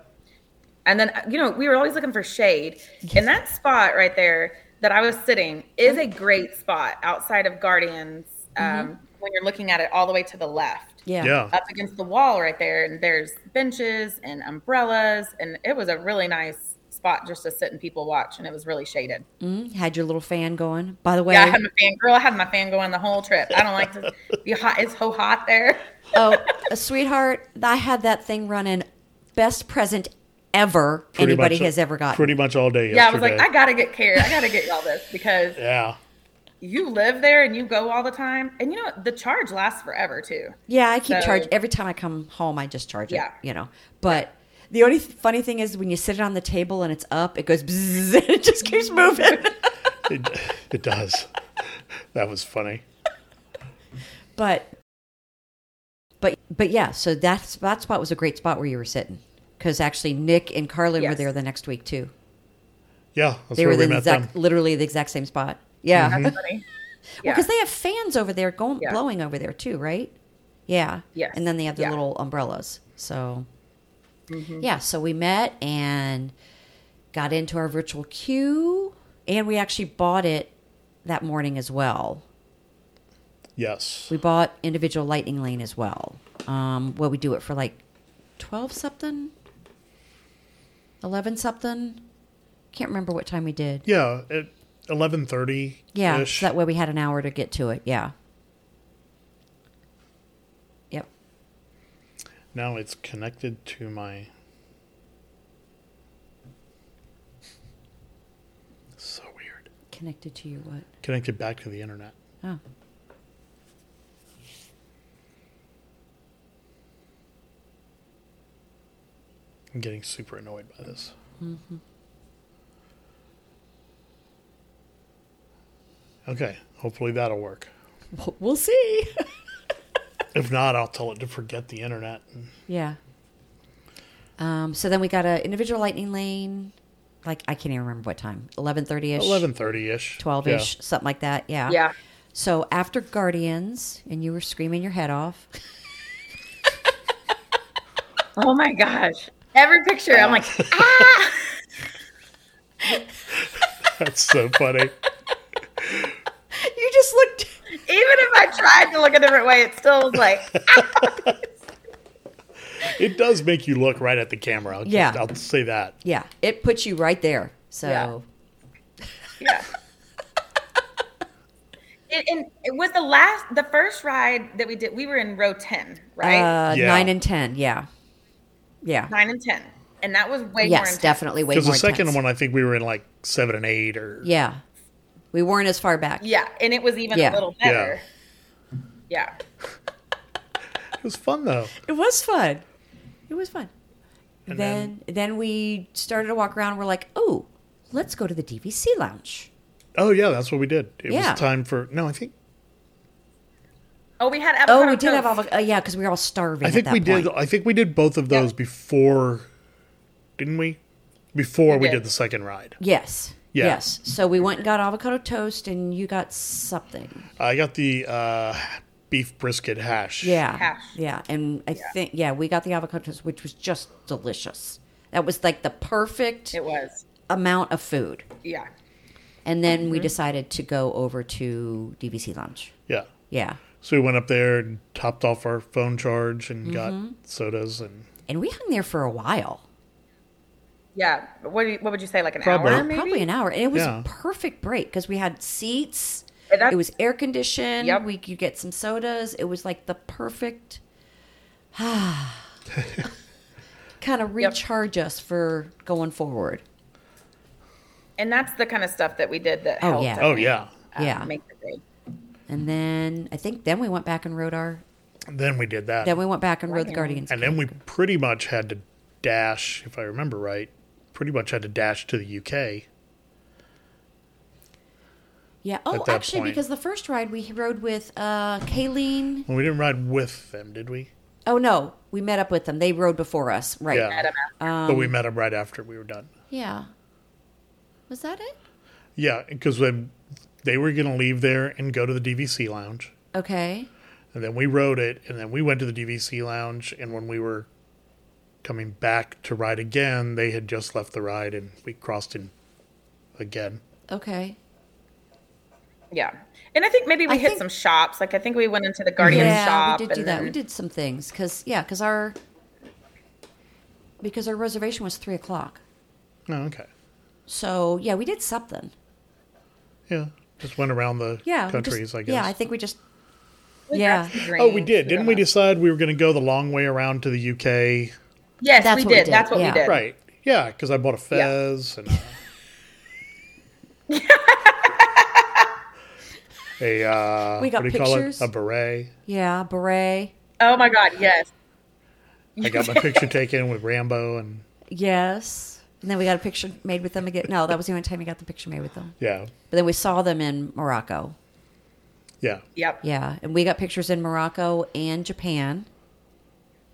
and then you know we were always looking for shade, and that spot right there that I was sitting is a great spot outside of Guardians. Um, When you're looking at it all the way to the left, Yeah. Yeah. up against the wall right there, and there's benches and umbrellas, and it was a really nice spot just to sit and people watch, and it was really shaded. Mm, had your little fan going. By the way, Yeah, I had my fan girl. I had my fan going the whole trip. I don't like to be hot. It's so hot there. oh, sweetheart, I had that thing running best present ever Pretty anybody much- has ever gotten. Pretty much all day Yeah, I was yesterday. like, I gotta get care. I gotta get y'all this because yeah. you live there and you go all the time and you know the charge lasts forever too Yeah, I keep So- charge every time I come home. I just charge Yeah. it, you know. But the only th- funny thing is when you sit it on the table and it's up, it goes bzzz, and it just keeps moving. It, it does. that was funny. but but but yeah, so that's that spot was a great spot where you were sitting because actually Nick and Carly were Yes. there the next week too. Yeah, that's They where were we the met exact, them. literally the exact same spot. Yeah, because that's funny yeah they have fans over there going Yeah. blowing over there too, right? Yeah. Yes. And then they have the Yeah. Mm-hmm. little umbrellas. So yeah, so we met and got into our virtual queue, and we actually bought it that morning as well. Yes. We bought individual lightning lane as well. Um, what we do it for like twelve something, eleven something. Can't remember what time we did. Yeah, at eleven thirty. Yeah, so that way we had an hour to get to it. Yeah. Yep. Now it's connected to my. So weird. Connected to your what? Connected back to the internet. Oh. I'm getting super annoyed by this. Mm-hmm. Okay, hopefully that'll work. Well, We'll see. If not, I'll tell it to forget the internet. yeah. Um, so then we got a individual lightning lane. Like I can't even remember what time. Eleven thirty ish. Eleven thirty ish. Twelve ish. Something like that. Yeah. yeah So after Guardians, and you were screaming your head off. oh my gosh every picture i'm like "Ah!" That's so funny. You just looked. even if i tried to look a different way it still was like It does make you look right at the camera. I'll Yeah. I'll say that. Yeah, it puts you right there. So uh, Yeah. yeah and, and it was the last the first ride that we did we were in row 10 right uh, Yeah. nine and ten. Yeah, yeah. 9 and 10 and that was way more yes, intense. definitely way more. Because the second intense. one, I think we were in like seven and eight or Yeah, we weren't as far back. yeah and it was even Yeah. a little Yeah. better yeah it was fun though. It was fun. It was fun. And then, then we started to walk around. We're like, oh, let's go to the DVC lounge. Oh yeah, that's what we did. It Yeah. was time for no. I think oh we had Oh, avocado we did have toast. avocado. Uh, yeah, because we were all starving. I think at that we point. did. I think we did both of those before, didn't we? Before we did. did the second ride. Yes. Yeah. Yes. So we went and got avocado toast, and you got something. I got the uh, beef brisket hash. Yeah. Hash. Yeah. And I think, yeah, we got the avocado toast, which was just delicious. That was like the perfect it was amount of food. yeah And then we decided to go over to DVC Lounge. Yeah. Yeah. So we went up there and topped off our phone charge and Mm-hmm. got sodas and And we hung there for a while. Yeah. What, do you, what would you say, like an Probably. hour? Maybe? Uh, Probably an hour. And it was Yeah. perfect break because we had seats. Yeah, that- it was air conditioned. Yep. We could get some sodas. It was like the perfect kind of recharge us for going forward. And that's the kind of stuff that we did that Oh, helped. yeah. I oh think, yeah. uh, Yeah. Make the day. And then I think then we went back and rode our Then we did that. then we went back and rode the Guardians. and then we pretty much had to dash, if I remember right, pretty much had to dash to the UK. Yeah. Oh, at that actually, point. because the first ride we rode with uh Kayleen. Well, we didn't ride with them, did we? Oh no, we met up with them. They rode before us. Right. Yeah. I don't know. Uh, but Um, we met them right after we were done. Yeah. Was that it? Yeah, because they, they were going to leave there and go to the DVC lounge. Okay. And then we rode it, and then we went to the DVC lounge. And when we were coming back to ride again, they had just left the ride and we crossed in again. Okay. Yeah. And I think maybe we I hit think- some shops. Like I think we went into the Guardian yeah, shop. we did do and that. then- We did some things because yeah, because our because our reservation was three o'clock. Oh, okay. So yeah, we did something. Yeah. Just went around the Yeah, we countries, just- I guess. Yeah, I think we just We yeah. grabbed some Oh, we drinks. did. Didn't got we lunch. decide we were going to go the long way around to the UK? Yes, That's we, what did. That's what yeah. we did. Right. Yeah, because I bought a fez and a, a uh, We got what do you pictures. call it? A beret. yeah beret. Oh my God. Yes. I got my picture taken with Rambo and Yes. And then we got a picture made with them again. No, that was the only time we got the picture made with them. yeah, But then we saw them in Morocco. yeah, Yep. Yeah. And we got pictures in Morocco and Japan.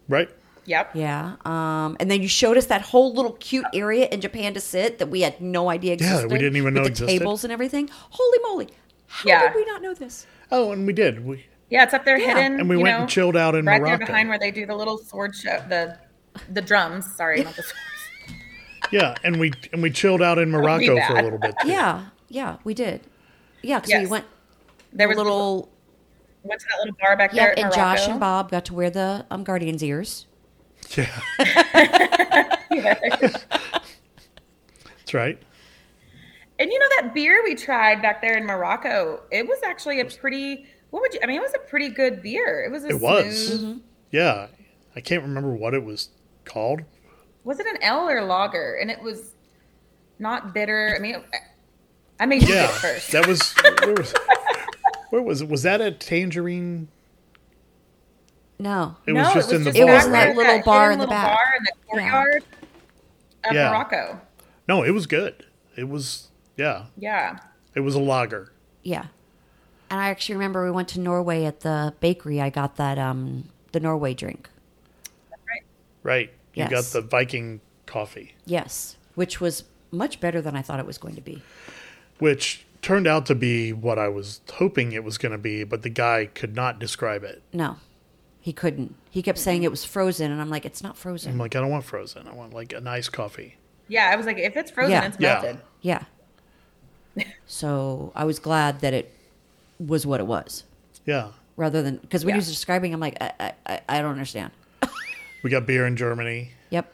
right. Yep. Yeah. Um, and then you showed us that whole little cute area in Japan to sit that we had no idea Yeah, that we existed. didn't even know with the existed. tables and everything. Holy moly. How Yeah. did we not know this? Oh, and we did. We Yeah. It's up there hidden. and we you went know, and chilled out in right Morocco. there behind where they do the little sword show, the the drums. Sorry, not the swords. yeah, and we and we chilled out in be Morocco for a bad. little bit. Too. Yeah. Yeah, we did. Yeah, because we Yes. went There a was little. went to that little bar back Yep, there. at and Morocco. Josh and Bob got to wear the um, Guardian's ears. yeah, that's right. And you know that beer we tried back there in Morocco, it was actually a pretty what would you I mean it was a pretty good beer. It was a It was. smooth- Yeah, I can't remember what it was called. was it an L or lager? And it was not bitter. I mean it, I made you Yeah, get first. that was where was where was it? Was that a tangerine? No. It was just in the It bar. was back in right? that little hidden bar in the back. bar in the courtyard of Yeah. Morocco. No, it was good. It was yeah. Yeah. It was a lager. Yeah. And I actually remember we went to Norway at the bakery. I got that um the Norway drink. Right. You got Yes. the Viking coffee, Yes, which was much better than I thought it was going to be. which turned out to be what I was hoping it was going to be, but the guy could not describe it. No. He couldn't. He kept saying it was frozen and I'm like it's not I'm frozen. like, I don't want frozen. I want like a nice coffee. Yeah, I was like if it's frozen Yeah. it's Yeah. melted. Yeah. So, I was glad that it was what it was Yeah. rather than cuz when he Yeah. was describing I'm like I I, I- I don't understand. We got beer in Germany. Yep.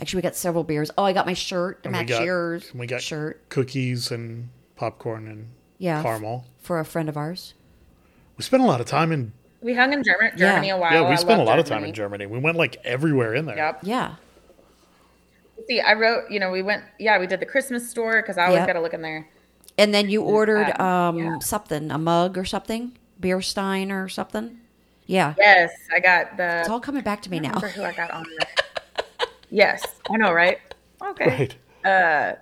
Actually, we got several beers. Oh, I got my shirt, And we Matt got, Shearer's and we got shirt cookies and popcorn and Yeah. caramel. for a friend of ours. We spent a lot of time in We hung in German, Germany a while. yeah. I We spent a love lot of time in Germany. We went like everywhere in there. Yep. Yeah. See, I wrote, you know, we went, yeah, we did the Christmas store because I always Yep. got to look in there. And then you ordered Um, um, yeah. something, a mug or something, beer stein or something. Yeah. Yes, I got the. It's all coming back to me now. remember who I got on there. yes, I know, right? Okay. Right.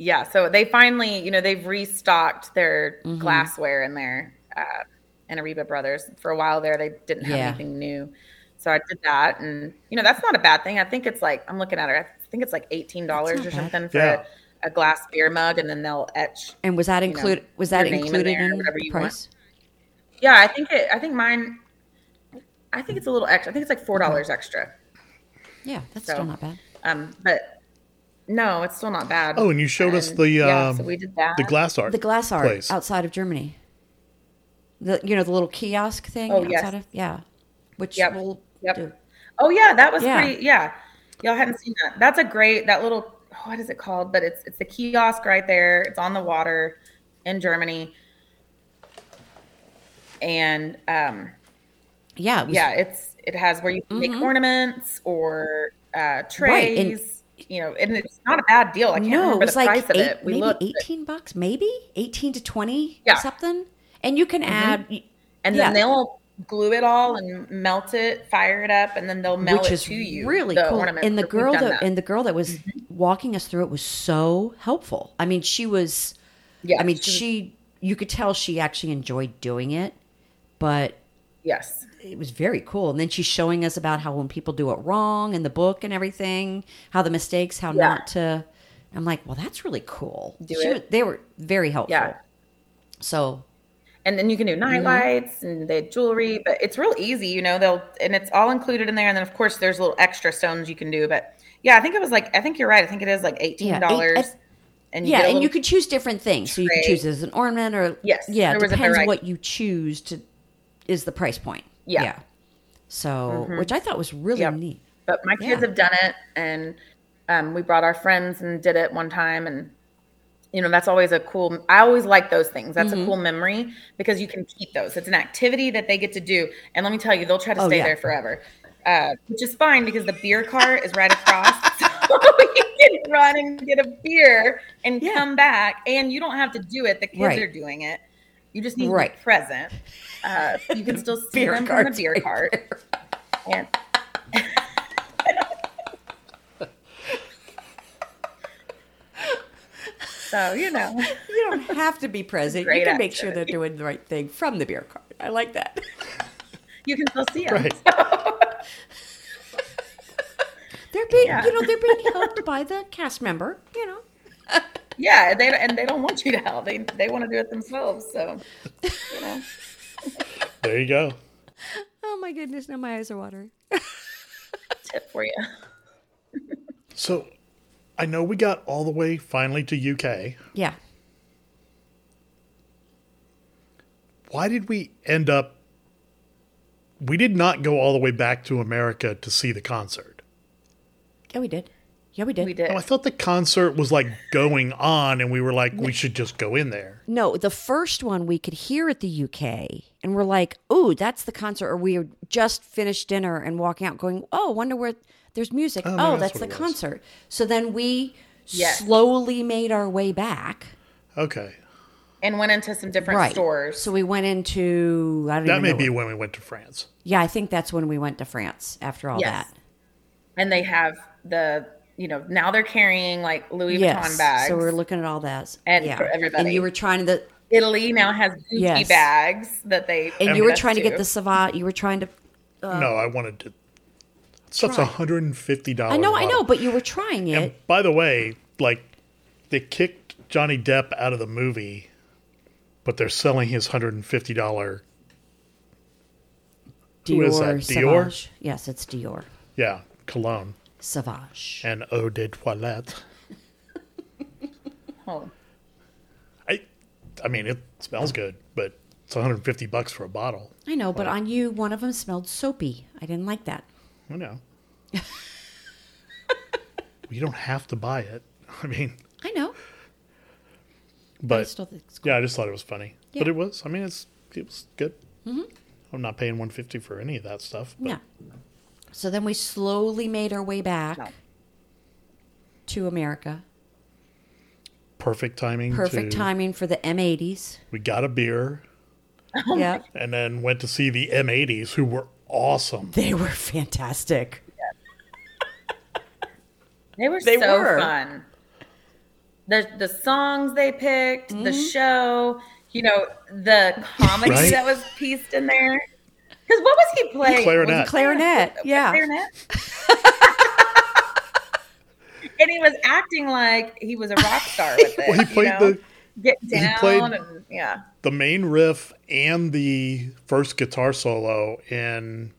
Yeah, so they finally, you know, they've restocked their Mm-hmm. glassware in there. Uh, and Ariba Brothers for a while there, they didn't have Yeah. anything new. So I did that, and you know, that's not a bad thing. I think it's like I'm looking at it. I think it's like eighteen dollars or That's not bad. something for Yeah. a, a glass beer mug, and then they'll etch. And was that know, included? was that your name in included there, in, whatever the you want. price? Yeah, I think it. I think mine. I think it's a little extra. I think it's like four dollars extra. Yeah, that's So- still not bad. Um, but No, it's still not bad. Oh, and you showed us And, the yeah, um, so we did that. the glass art. The glass art place. outside of Germany. The you know the little kiosk thing Oh, outside yes. of yeah, which Yep. we'll Yep. do. Oh yeah, that was Yeah. pretty. Yeah, y'all hadn't seen that. That's a great that little. oh, What is it called? But it's it's the kiosk right there. It's on the water in Germany, and um, Yeah, it was- Mm-hmm. yeah, it's it has where you can make ornaments or uh, trays. and- you know, and it's not a bad deal. I can't no, it remember was the like price of eight, it. We maybe looked, but- eighteen bucks, maybe eighteen to twenty Yeah. Mm-hmm. or something. And you can add and yeah. then they'll glue it all and melt it, fire it up, and then they'll mail which it is to you. really the cool. ornaments, And the but we've girl done Mm-hmm. that, and the girl that was walking us through it was so helpful. I mean, she was. yeah, I mean, she was- she. You could tell she actually enjoyed doing it, but yes, it was very cool. And then she's showing us about how when people do it wrong in the book and everything, how the mistakes, how Yeah. not to. I'm like, well, that's really cool. Do She it. was- they were very helpful. yeah. So and then you can do Mm-hmm. night lights and they had jewelry but it's real easy you know they'll and it's all included in there and then of course there's little extra stones you can do but yeah i think it was like i think you're right i think it is like $18 Yeah, eight- and yeah, get a and you little- could choose different things. So you can tray. choose as an ornament or Yes, yeah, there it was a depends variety. what you choose to is the price point. Yeah. Mm-hmm. So, which I thought was really Yep. neat. but my kids Yeah. have done it and um, we brought our friends and did it one time and you know that's always a cool i always like those things that's Mm-hmm. a cool memory because you can keep those it's an activity that they get to do and let me tell you they'll try to Oh, stay yeah. there forever uh, which is fine because the beer cart is right across so you can run and get a beer and Yeah. come back and you don't have to do it the kids Right. are doing it you just need to Right. be present uh, so you can still see Beer them from the cart's beer right cart and so you know You don't have to be present. Great you can make sure they're activity. doing the right thing from the beer cart. I like that. you can still see it. Right. They're being, Yeah. you know, they're being helped by the cast member. You know, Yeah, they and they don't want you to help. They they want to do it themselves. So you know, There you go. oh my goodness, now my eyes are watering. tip for you. So I know we got all the way finally to UK. Yeah, Why did we end up? We did not go all the way back to America to see the concert. yeah, we did. Yeah, we did. We did. No, I thought the concert was like going on, and we were like, we should just go in there. No, the first one we could hear at the UK, and we're like, "Ooh, that's the concert." Or we had just finished dinner and walking out, going, "Oh, wonder where there's music." Oh, Oh, maybe that's that's, what the it was. concert. So then we Yes. slowly made our way back. Okay, and went into some different right. stores. So we went into I don't that even may know be what- when we went to France. yeah, I think that's when we went to France after all Yes. that. and they have the you know now they're carrying like Louis Yes. Vuitton bags. So we're looking at all that. And yeah. for And everybody. you were trying to Italy now has Gucci Yes. bags that they and you bring were us trying to get the Savant. You were trying to Uh, no, I wanted to. Stuff's one hundred and fifty dollars. I know, I know, but you were trying it. And by the way, like they kicked Johnny Depp out of the movie, but they're selling his hundred and fifty dollar. Who is that? Dior? Savage. Yes, it's Dior Yeah, cologne Savage. and eau de toilette. Oh, I, I mean, it smells good, but it's one hundred and fifty bucks for a bottle. I know, but on you, one of them smelled soapy. I didn't like that. I know. you don't have to buy it. I mean, I know. I but still think it's cool. yeah, I just thought it was funny. But Yeah. Mm-hmm. it was. I mean, it's it was good. I'm not paying one fifty for any of that stuff. But Yeah. So then we slowly made our way back No. to America. perfect timing. Perfect to- timing for the M80s. We got a beer. yeah. and then went to see the M80s, who were awesome. They were fantastic. They were They so were. fun. The the songs they picked, the Mm-hmm. show, you know, the comedy Right? that was pieced in there. Because what was he playing? Clarinet. Was it Clarinet, yeah. Clarinet. and he was acting like he was a rock star with it. Well, he played you know? the get down played- and yeah. the main riff and the first guitar solo in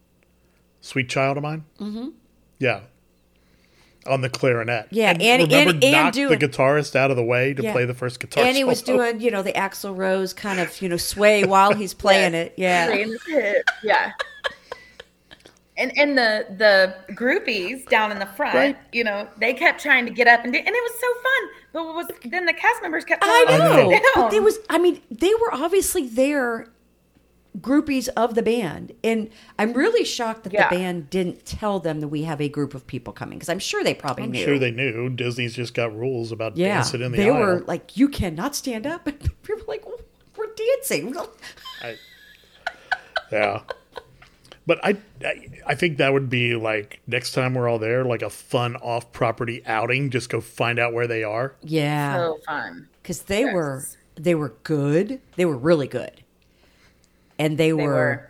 "Sweet Child of Mine." Mm-hmm. Yeah, on the clarinet. Yeah, and- remember and- and knocked doing- the guitarist out of the way to Yeah. play the first guitar. And he was solo. doing, you know, the Axl Rose kind of, you know, sway while he's playing it. Yeah. Playing the hip. Yeah. And and the the groupies down in the front, Right. you know, they kept trying to get up and do, and it was so fun. But what was then the cast members kept I telling us to know. sit But they down. was I mean, they were obviously there groupies of the band. And I'm really shocked that Yeah. the band didn't tell them that we have a group of people coming because I'm sure they probably I'm knew. sure they knew Disney's just got rules about yeah. dancing in the they aisle. were like, you cannot stand up. And people were like, we're dancing. I, yeah. But I, I, I think that would be like next time we're all there, like a fun off-property outing. Just go find out where they are. Yeah. so fun. because they were they were good they were really good and they, were,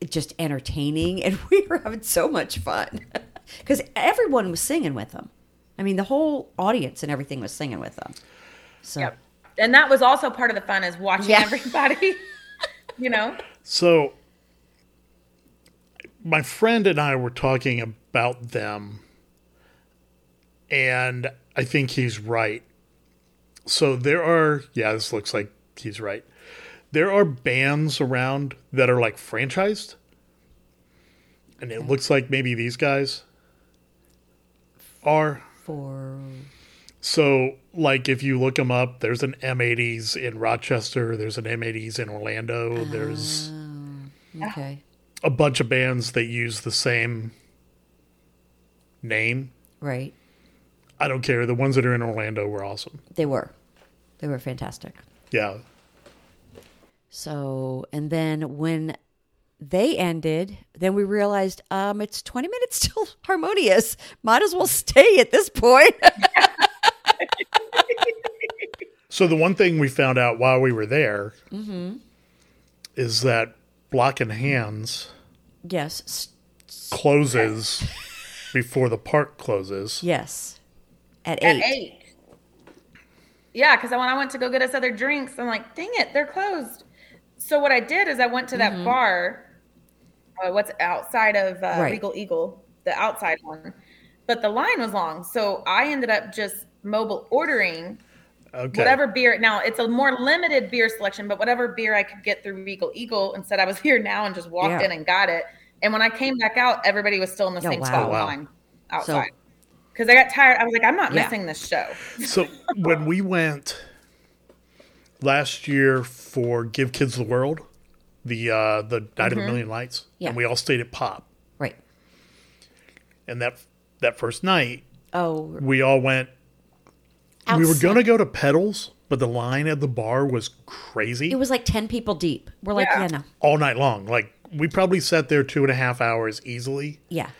were. just entertaining and we were having so much fun because everyone was singing with them i mean the whole audience and everything was singing with them so Yep. And that was also part of the fun is watching Yeah. everybody, you know. So my friend and I were talking about them and I think he's right. So there are yeah, this looks like he's right. There are bands around that are like franchised. And it looks like maybe these guys are for so, like, if you look them up, there's an M80s in Rochester, there's an M80s in Orlando, there's okay a bunch of bands that use the same name. right I don't care. The ones that are in Orlando were awesome. they were they were fantastic Yeah. so and then when they ended then we realized um it's 20 minutes till harmonious might as well stay at this point So, the one thing we found out while we were there is that Block and Hands yes s- closes before the park closes. Yes. At At eight. eight. Yeah, because when I went to go get us other drinks, I'm like, dang it, they're closed. So what I did is I went to that Mm-hmm. bar, uh, what's outside of uh, Right. Regal Eagle, the outside one, but the line was long, so I ended up just mobile ordering Okay. whatever beer. Now it's a more limited beer selection, but whatever beer I could get through Regal Eagle, and said I was here now and just walked Yeah. in and got it. And when I came back out, everybody was still in the Oh, same wow. spot Oh, wow. line outside. Because I got tired, I was like, I'm not Yeah. missing this show. So when we went last year for Give Kids the World, the uh, the Night of a Million Lights, Yeah. and we all stayed at Pop, Right. and that that first night Oh, we all went. We were outside. gonna go to Pedals, but the line at the bar was crazy It was like 10 people deep. We're like, yeah, Yeah. no. all night long. Like we probably sat there two and a half hours easily, Yeah.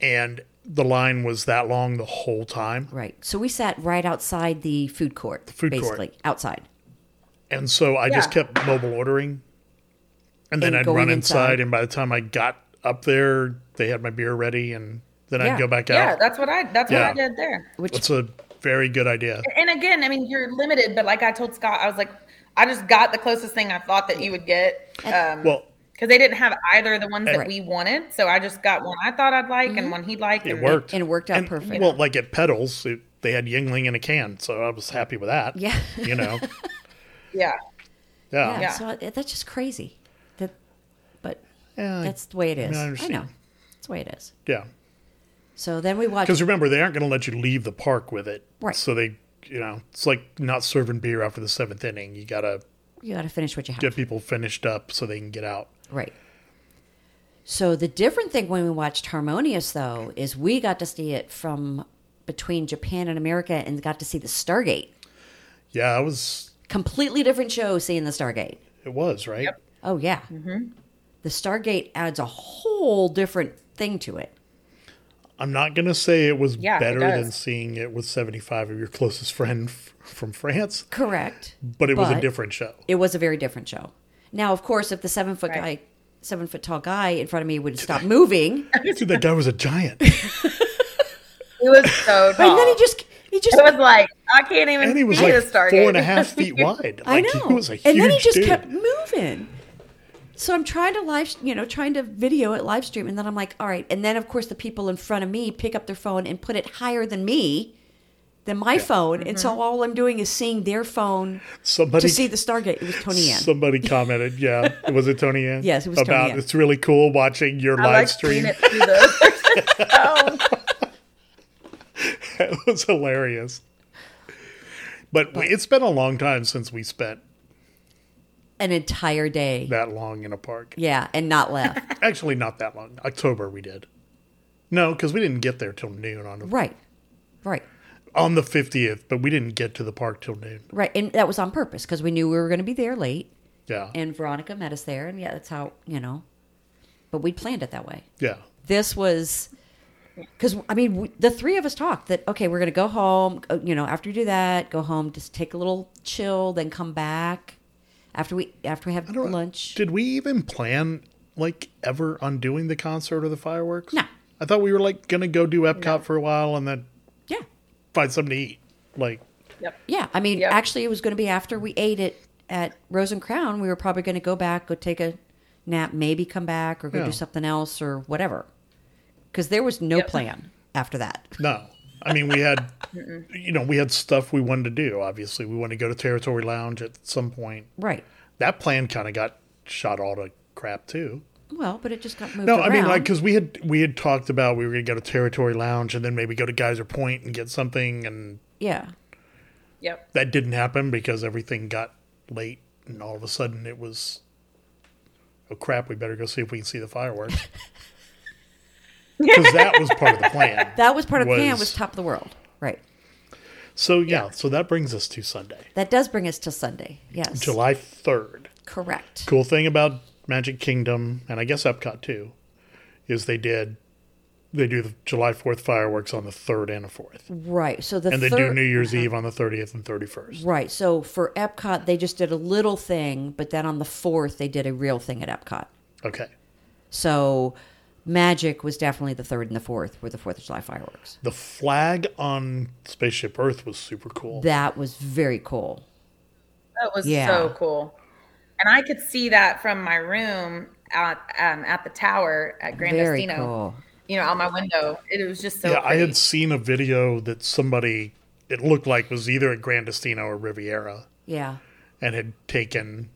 and the line was that long the whole time. Right. So we sat right outside the food court. food court. basically, Outside. And so I just Yeah. kept mobile ordering. And then And I'd going run inside. inside. and by the time I got up there, they had my beer ready, and then Yeah. I'd go back Yeah, out. that's what I that's Yeah. what I did there. That's a very good idea. And again, I mean, you're limited, but like I told Scott, I was like, I just got the closest thing I thought that you would get. Um, Well, because they didn't have either of the ones that Right. we wanted, so I just got one I thought I'd like and one he'd like. Mm-hmm. it and worked. and it worked out perfect. Well, like at Pedals, it, they had Yingling in a can, so I was happy with that. Yeah. You know? Yeah, Yeah. Yeah. Yeah. So I- that's just crazy. That, but Yeah, I- that's the way it is. I I, understand. know. That's the way it is. Yeah. So then we watched. Because remember, they aren't going to let you leave the park with it. Right. So they, you know, it's like not serving beer after the seventh inning. You got to You got to finish what you have. get people finished up so they can get out. Right. So the different thing when we watched Harmonious though is we got to see it from between Japan and America and got to see the Stargate. Yeah, I was. Completely different show seeing the Stargate. It was, right? Oh yeah. Mm-hmm. The Stargate adds a whole different thing to it. I'm not gonna say it was Yeah, it better does. than seeing it with 75 of your closest friend f- from France, Correct. but it was a But- different show. It was a very different show. Now, of course, if the seven foot guy, Right. seven foot tall guy in front of me would stop moving, Dude, that guy was a giant, it was so. Tall. and Oh. then he just he just It was like I can't even. and he was see like the Stargate. four and a half feet wide. Like, I know, He was a huge and then he just dude. kept moving. So I'm trying to live, you know, trying to video it live stream, and then I'm like, all right. And then of course the people in front of me pick up their phone and put it higher than me, than my phone, and Mm-hmm. so all I'm doing is seeing their phone Somebody to see the Stargate. It was Tony Ann. Somebody commented, yeah, was it Tony Ann? Yes, it was Tony about Ann. it's really cool watching your I live like seeing stream. it through the phone. That was hilarious. But, we- it's been a long time since we spent An entire day. that long in a park. Yeah, and not left. Actually, not that long. October we did. No, because we didn't get there till noon on the, right, right, on the fiftieth. But we didn't get to the park till noon. right. And that was on purpose because we knew we were going to be there late. Yeah, And Veronica met us there, and yeah, that's how you know. But we planned it that way. yeah, this was because I mean we, the three of us talked that okay we're gonna go home uh, you know after we do that go home just take a little chill then come back after we after we have lunch Did we even plan like ever on doing the concert or the fireworks? No. I thought we were like gonna go do Epcot for a while and then yeah find something to eat. Like, Yep. yeah I mean Yep. actually it was gonna be after we ate it at Rose and Crown we were probably gonna go back go take a nap maybe come back or go Yeah. do something else or whatever because there was no Yep. plan after that no. I mean, we had, you know, we had stuff we wanted to do. Obviously, we wanted to go to Territory Lounge at some point. right That plan kind of got shot all to crap too. well but it just got moved No, around. I mean like because we had we had talked about we were going to go to Territory Lounge and then maybe go to Geyser Point and get something, and yeah Yep. that didn't happen because everything got late, and all of a sudden it was, oh crap, we better go see if we can see the fireworks because that was part of the plan. that was part of the plan Was- was top of the world right. so yeah, so that brings us to Sunday, That does bring us to Sunday. Yes. July third. Correct. Cool thing about Magic Kingdom and I guess Epcot too, is they did. They do the July 4th fireworks on the 3rd and the 4th. Right. So the And they third, do New Year's Eve on the 30th and 31st. Right. So for Epcot, they just did a little thing, but then on the fourth, they did a real thing at Epcot. Okay. So Magic was definitely the third and the fourth were the Fourth of July fireworks. The flag on Spaceship Earth was super cool. That was very cool. That was Yeah. so cool. And I could see that from my room at um, at the tower at Grand Very Destino. cool. You know, out my window. It was just so yeah, I pretty. had seen a video that somebody, it looked like was either at Grandestino or Riviera, Yeah. and had taken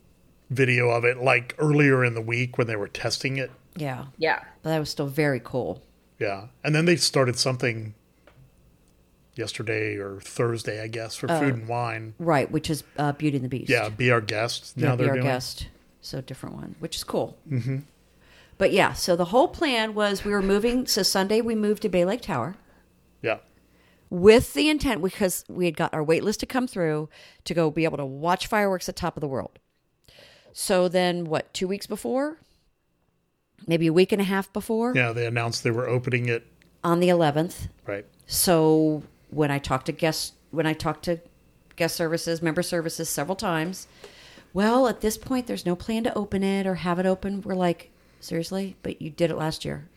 video of it like earlier in the week when they were testing it. Yeah. Yeah. But that was still very cool. Yeah. And then they started something yesterday or Thursday, I guess, Oh. for food and wine. Right. Which is uh, Beauty and the Beast. Yeah, be our guest. yeah, Now they're be our doing. guest. So different one, which is cool. Mm-hmm. But yeah, so the whole plan was we were moving. So Sunday we moved to Bay Lake Tower. Yeah. with the intent because we had got our wait list to come through to go be able to watch fireworks at top of the world so then what two weeks before maybe a week and a half before Yeah, they announced they were opening it. on the 11th Right. so when i talked to guest when i talked to guest services member services several times well at this point there's no plan to open it or have it open we're like seriously but you did it last year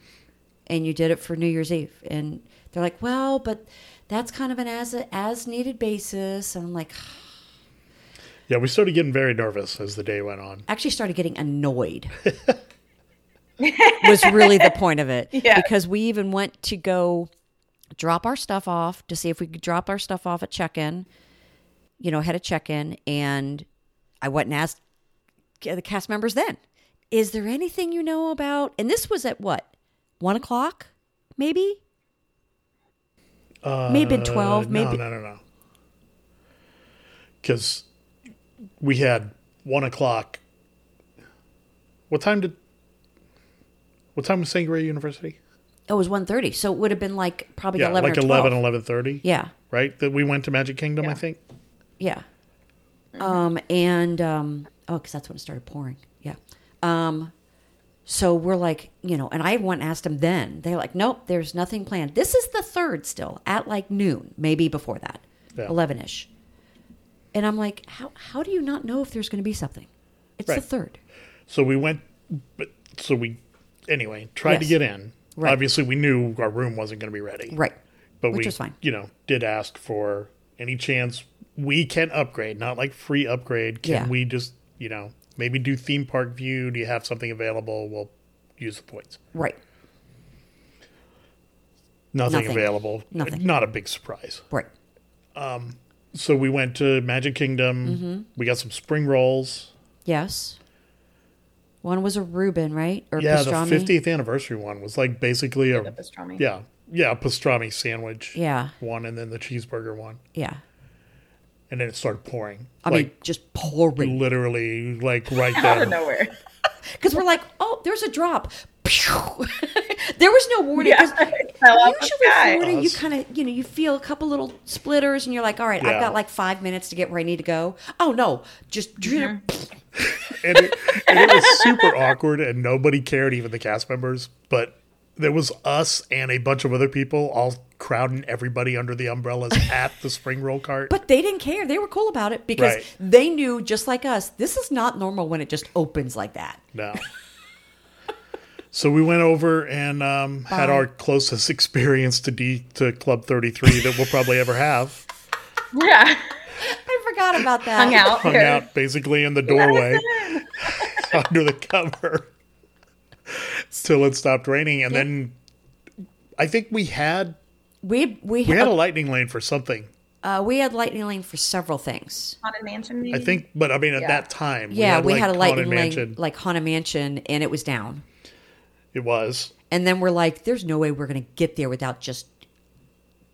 and you did it for new year's eve and they're like well but that's kind of an as as needed basis and i'm like Yeah, we started getting very nervous as the day went on. actually started getting annoyed. was really the point of it. Yeah. Because we even went to go drop our stuff off to see if we could drop our stuff off at check in, you know, had a check in. And I went and asked the cast members then, is there anything you know about? And this was at what? One o'clock, maybe? Uh, Maybe 12, maybe- No, no, no, no. Because we had one o'clock. What time did? What time was Sangre University? Oh, It was 1.30. So it would have been like probably Yeah, 11 like or 12. 11, 11.30, Yeah. right? That we went to Magic Kingdom, I think. Yeah. Mm-hmm. Um, and um, oh, because that's when it started pouring. Yeah. Um, so we're like, you know, and I went and asked them then. They're like, nope, there's nothing planned. This is the third still at like noon, maybe before that, Yeah. 11 ish. And I'm like, how, how do you not know if there's going to be something? It's the Right. third. So we went, but so we, anyway, tried to Yes. get in. Right. Obviously, we knew our room wasn't going to be ready. Right. But Which we, was fine. you know, did ask for any chance we can upgrade, not like free upgrade. Can Yeah. we just, you know, Maybe do theme park view. Do you have something available? We'll use the points. Right. Nothing, Nothing. available. Nothing. Not a big surprise. Right. So we went to Magic Kingdom. Mm-hmm. We got some spring rolls. Yes. One was a Reuben, right? Or Yeah, pastrami. the 50th anniversary one was like basically The a pastrami. yeah yeah a pastrami sandwich. Yeah. One and then the cheeseburger one, Yeah. and then it started pouring. I mean, like just pouring literally, like right Out of there. nowhere. because we're like, oh, there's a drop. Pew! there was no warning. Yeah, 'cause it fell off the usually, sky. Florida, you Us. kind of, you know, you feel a couple little splitters, and you're like, all right, Yeah. I've got like five minutes to get where I need to go. Oh no, just Mm-hmm. and, it, and it was super awkward, and nobody cared, even the cast members. But there was us and a bunch of other people all crowding everybody under the umbrellas at the spring roll cart. But they didn't care. They were cool about it because Right. they knew, just like us, this is not normal when it just opens like that. No. So we went over and um, had our closest experience to D to Club 33 that we'll probably ever have. Yeah. I forgot about that. Hung out. Hung there. out basically in the doorway under the cover till it stopped raining. And then I think we had We we we had, had a lightning lane for something. uh, we had lightning lane for several things. Haunted Mansion, maybe? I think, but I mean, at Mm-hmm. Yeah. that time, Yeah, we like, had, a lightning Haunted lane like Haunted Mansion, and it was down. It was And then we're like, there's no way we're gonna get there without just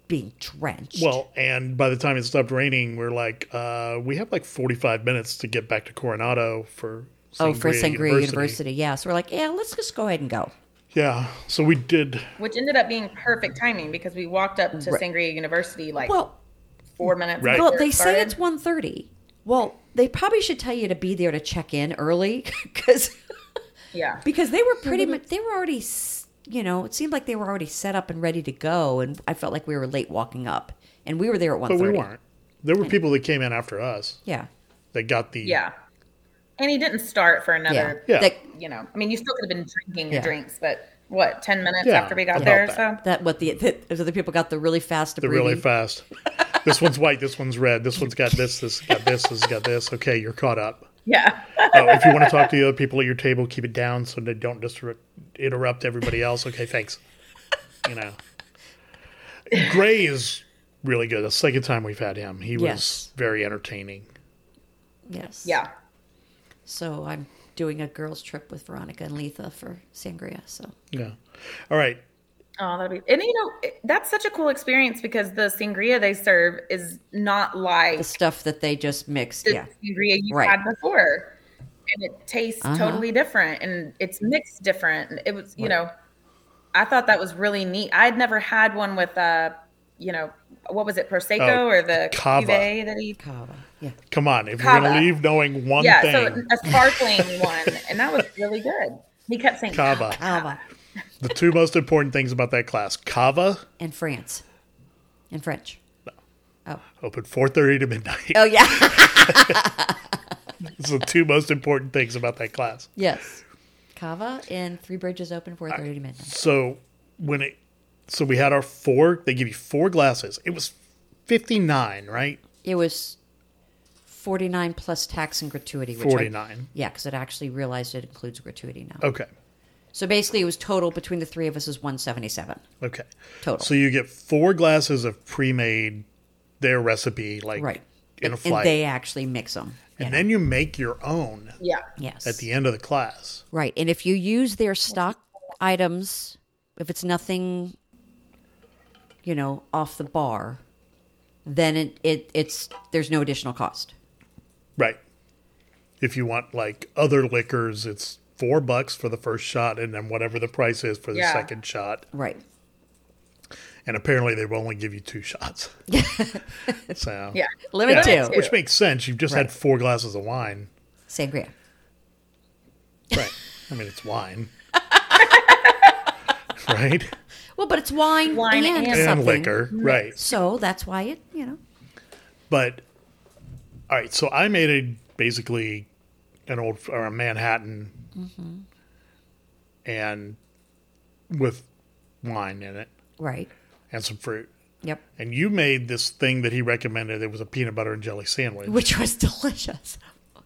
being drenched. well, and by the time it stopped raining, we're like, uh, we have like forty-five minutes to get back to Coronado for oh, for Sangria University. yeah. So we're like, yeah, let's just go ahead and go. Yeah, so we did. Which ended up being perfect timing because we walked up to Sangria University like Well, four minutes. Right. before well, they it say it's started. 1.30. Well, they probably should tell you to be there to check in early Mm-hmm. because. yeah. because they were pretty much they were already s- you know it seemed like they were already set up and ready to go and i felt like we were late walking up and we were there at 1.30 But we weren't. There Hmm. were people that came in after us yeah that got the Yeah. And he didn't start for yeah, another, Yeah. Like, you know, I mean, you still could have been drinking your Yeah. drinks, but what, 10 minutes Yeah, after we got about there? that. So, that what the, the those other people got the really fast the really fast. this one's white. This one's red. This one's got this. This has got this. This has got this. Okay, you're caught up. yeah. Oh, if you want to talk to the other people at your table, keep it down so they don't disrupt, interrupt everybody else. Okay, thanks. You know, Gray is really good. The second time we've had him, he Yes. was very entertaining. yes yeah. so i'm doing a girls trip with veronica and letha for sangria so Yeah. All right. Oh, that'd be, and you know, it- that's such a cool experience because the sangria they serve is not like the stuff that they just mixed the yeah sangria you Right. had before, and it tastes totally different, and it's mixed different. And it was, you know, I thought that was really neat. I had never had one with, uh, you know, what was it, prosecco Oh, or the cava. cuvee that he? Cava. yeah Come on. If you're going Cava. to leave knowing one Yeah, so thing, a sparkling one, and that was really good. He kept saying Cava. Cava. The two most important things about that class Cava, and france and french open 4.30 to midnight. oh yeah It's the two most important things about that class. yes Cava and Three Bridges open 4.30 to midnight. So when it, so we had our four, they give you four glasses. It was 59, right? It was 49 plus tax and gratuity. Which I- 49. yeah, because it actually realized it includes gratuity now. Okay. So basically, it was total between the three of us is 177 Okay. total. So you get four glasses of pre-made their recipe like right. in a And- flight. And they actually mix them. and then you make your own yeah, yes. at the end of the class. right. And if you use their stock items, if it's nothing, you know, off the bar, then it, it it's there's no additional cost. Right. If you want like other liquors, it's 4 bucks for the first shot and then whatever the price is for the Yeah. second shot. Right. And apparently they will only give you two shots. so yeah, Limit Yeah, two. Which makes sense. You've just had four glasses of wine. Sangria. Right. I mean, it's wine. right? Well, but it's wine, Wine and, and- And something. liquor. Right. So that's why it, you know. But all right, so I made a basically an old or a Manhattan, Mm-hmm. and with wine in it Right. and some fruit. Yep. And you made this thing that he recommended. It was a peanut butter and jelly sandwich. Which was delicious.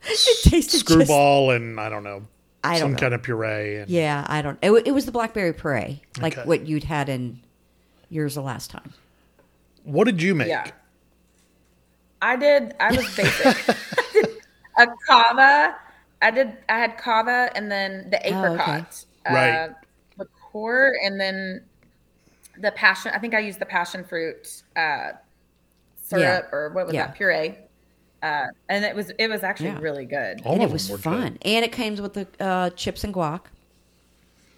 It tasted screwball and I don't know I don't some know. kind of puree. And, Yeah, I don't. It, wa- it was the blackberry puree, like Okay. what you'd had in yours the last time. What did you make? Yeah. I did. I was basic. a kava. I did. I had kava and then the Oh, okay. apricot, Right. The core and then the passion. I think I used the passion fruit uh, syrup or what was Yeah. that puree? Uh, and it was it was actually Yeah. really good. All and of it was them were fun, Good. and it came with the uh, chips and guac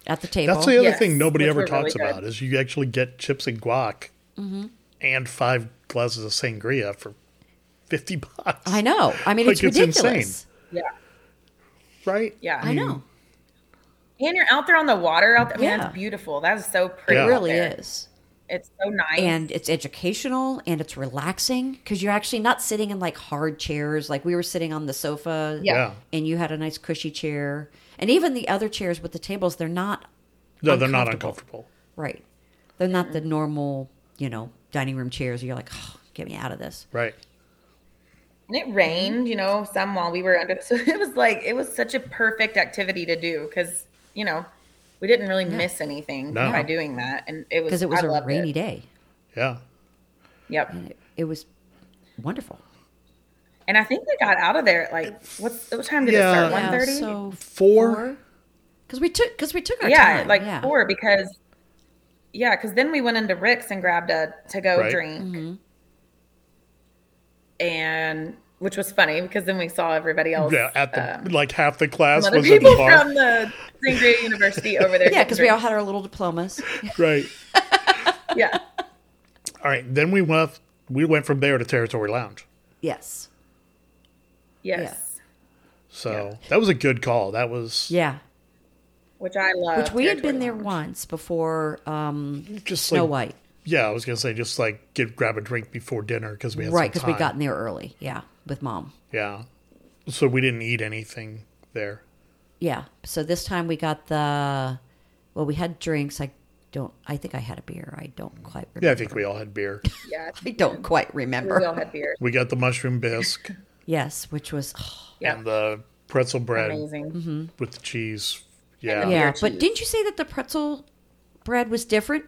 at the table. That's the other Yes, thing nobody which ever were talks really good. about is you actually get chips and guac and five glasses of sangria for fifty bucks. I know. I mean, Like, it's it's insane. ridiculous. Yeah, right? yeah. I know And you're out there on the water. Out. I mean, Yeah. that's beautiful. That is so it pretty. Yeah. out really there. is, It's so nice. and it's educational and it's relaxing because you're actually not sitting in like hard chairs. Like we were sitting on the sofa, Yeah. Yeah. and you had a nice cushy chair, and even the other chairs with the tables, they're not No, they're not Uncomfortable. uncomfortable. Right. They're not the normal, you know, dining room chairs. You're like, oh, get me out of this. Right. And it rained, you know, some while we were under. So it was like it was such a perfect activity to do because you know we didn't really miss anything No. by doing that, and it was Because it was a a rainy day. Yeah. Yep. It, it was wonderful. And I think we got out of there at like what? What time did Yeah. it start? Yeah, One thirty. Yeah, So Four. because we took because we took our time. like yeah. four because yeah, because then we went into Rick's and grabbed a to go Right. drink, Mm-hmm. and which was funny because then we saw everybody else. Yeah, at the um, like half the class other was at the people bar. from the Sangria University over there. Yeah, getting because we all drinks. had our little diplomas. right. yeah. All right. Then we went we went from there to Territory Lounge. yes. Yes. So that was a good call. That was Yeah. which I love. Which we had been there Territory once before um, just Snow like White. yeah. I was gonna say just like get grab a drink before dinner because we had Right, some because we time. got in there early. Yeah, with mom. yeah. So we didn't eat anything there. Yeah. So this time we got the well, we had drinks. I don't. I think I had a beer. I don't quite remember. Yeah, I think we all had beer. Lounge. Yeah, I don't quite we all remember. had beer. We got the mushroom bisque Yes, which was oh, Yeah. and the pretzel bread Amazing. Mm-hmm. with the cheese. Yeah. yeah. Oh, beer But cheese. didn't you say that the pretzel bread was different?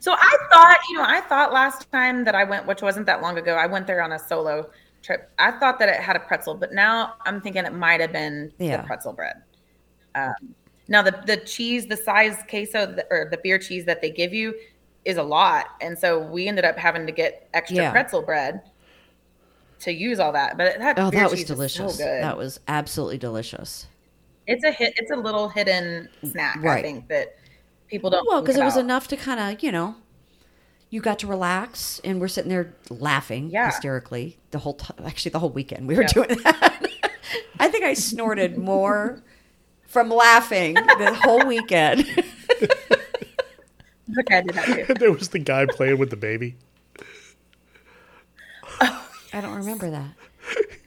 So I thought, you know, I thought last time that I went, which wasn't that long ago, I went there on a solo trip. I thought that it had a pretzel, but now I'm thinking it might have been Yeah. the pretzel bread. Um, now the the cheese, the size queso th- or the beer cheese that they give you is a lot, and so we ended up having to get extra Yeah. pretzel bread to use all that. But that Oh, beer that was cheese is so delicious. good. that was absolutely delicious. it's a hit it's a little hidden snack i Right. think that people don't Well, because think it was about. enough to kind of you know, you got to relax, and we're sitting there laughing Yeah. hysterically the whole time. Actually, the whole weekend we were doing that. I think I snorted more from laughing the whole weekend. okay, I did that too. there was the guy playing with the baby. I don't remember that.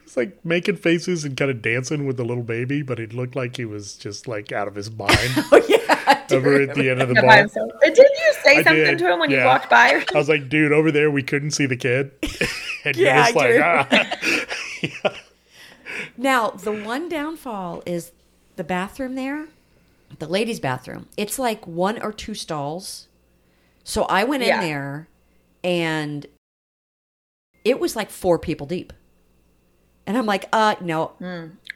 was like making faces and kind of dancing with the little baby, but it looked like he was just like out of his mind Oh yeah, over at the end of the Yeah, by bar. himself. Did you say I something did, to him when yeah. Oh. you walked by? I was like, dude, over there we couldn't see the kid. And Yeah, you're just like, dude. ah. Now, the one downfall is the bathroom there, the ladies' bathroom. It's like one or two stalls. So I went in Yeah. there and it was like four people deep. And I'm like, uh, no.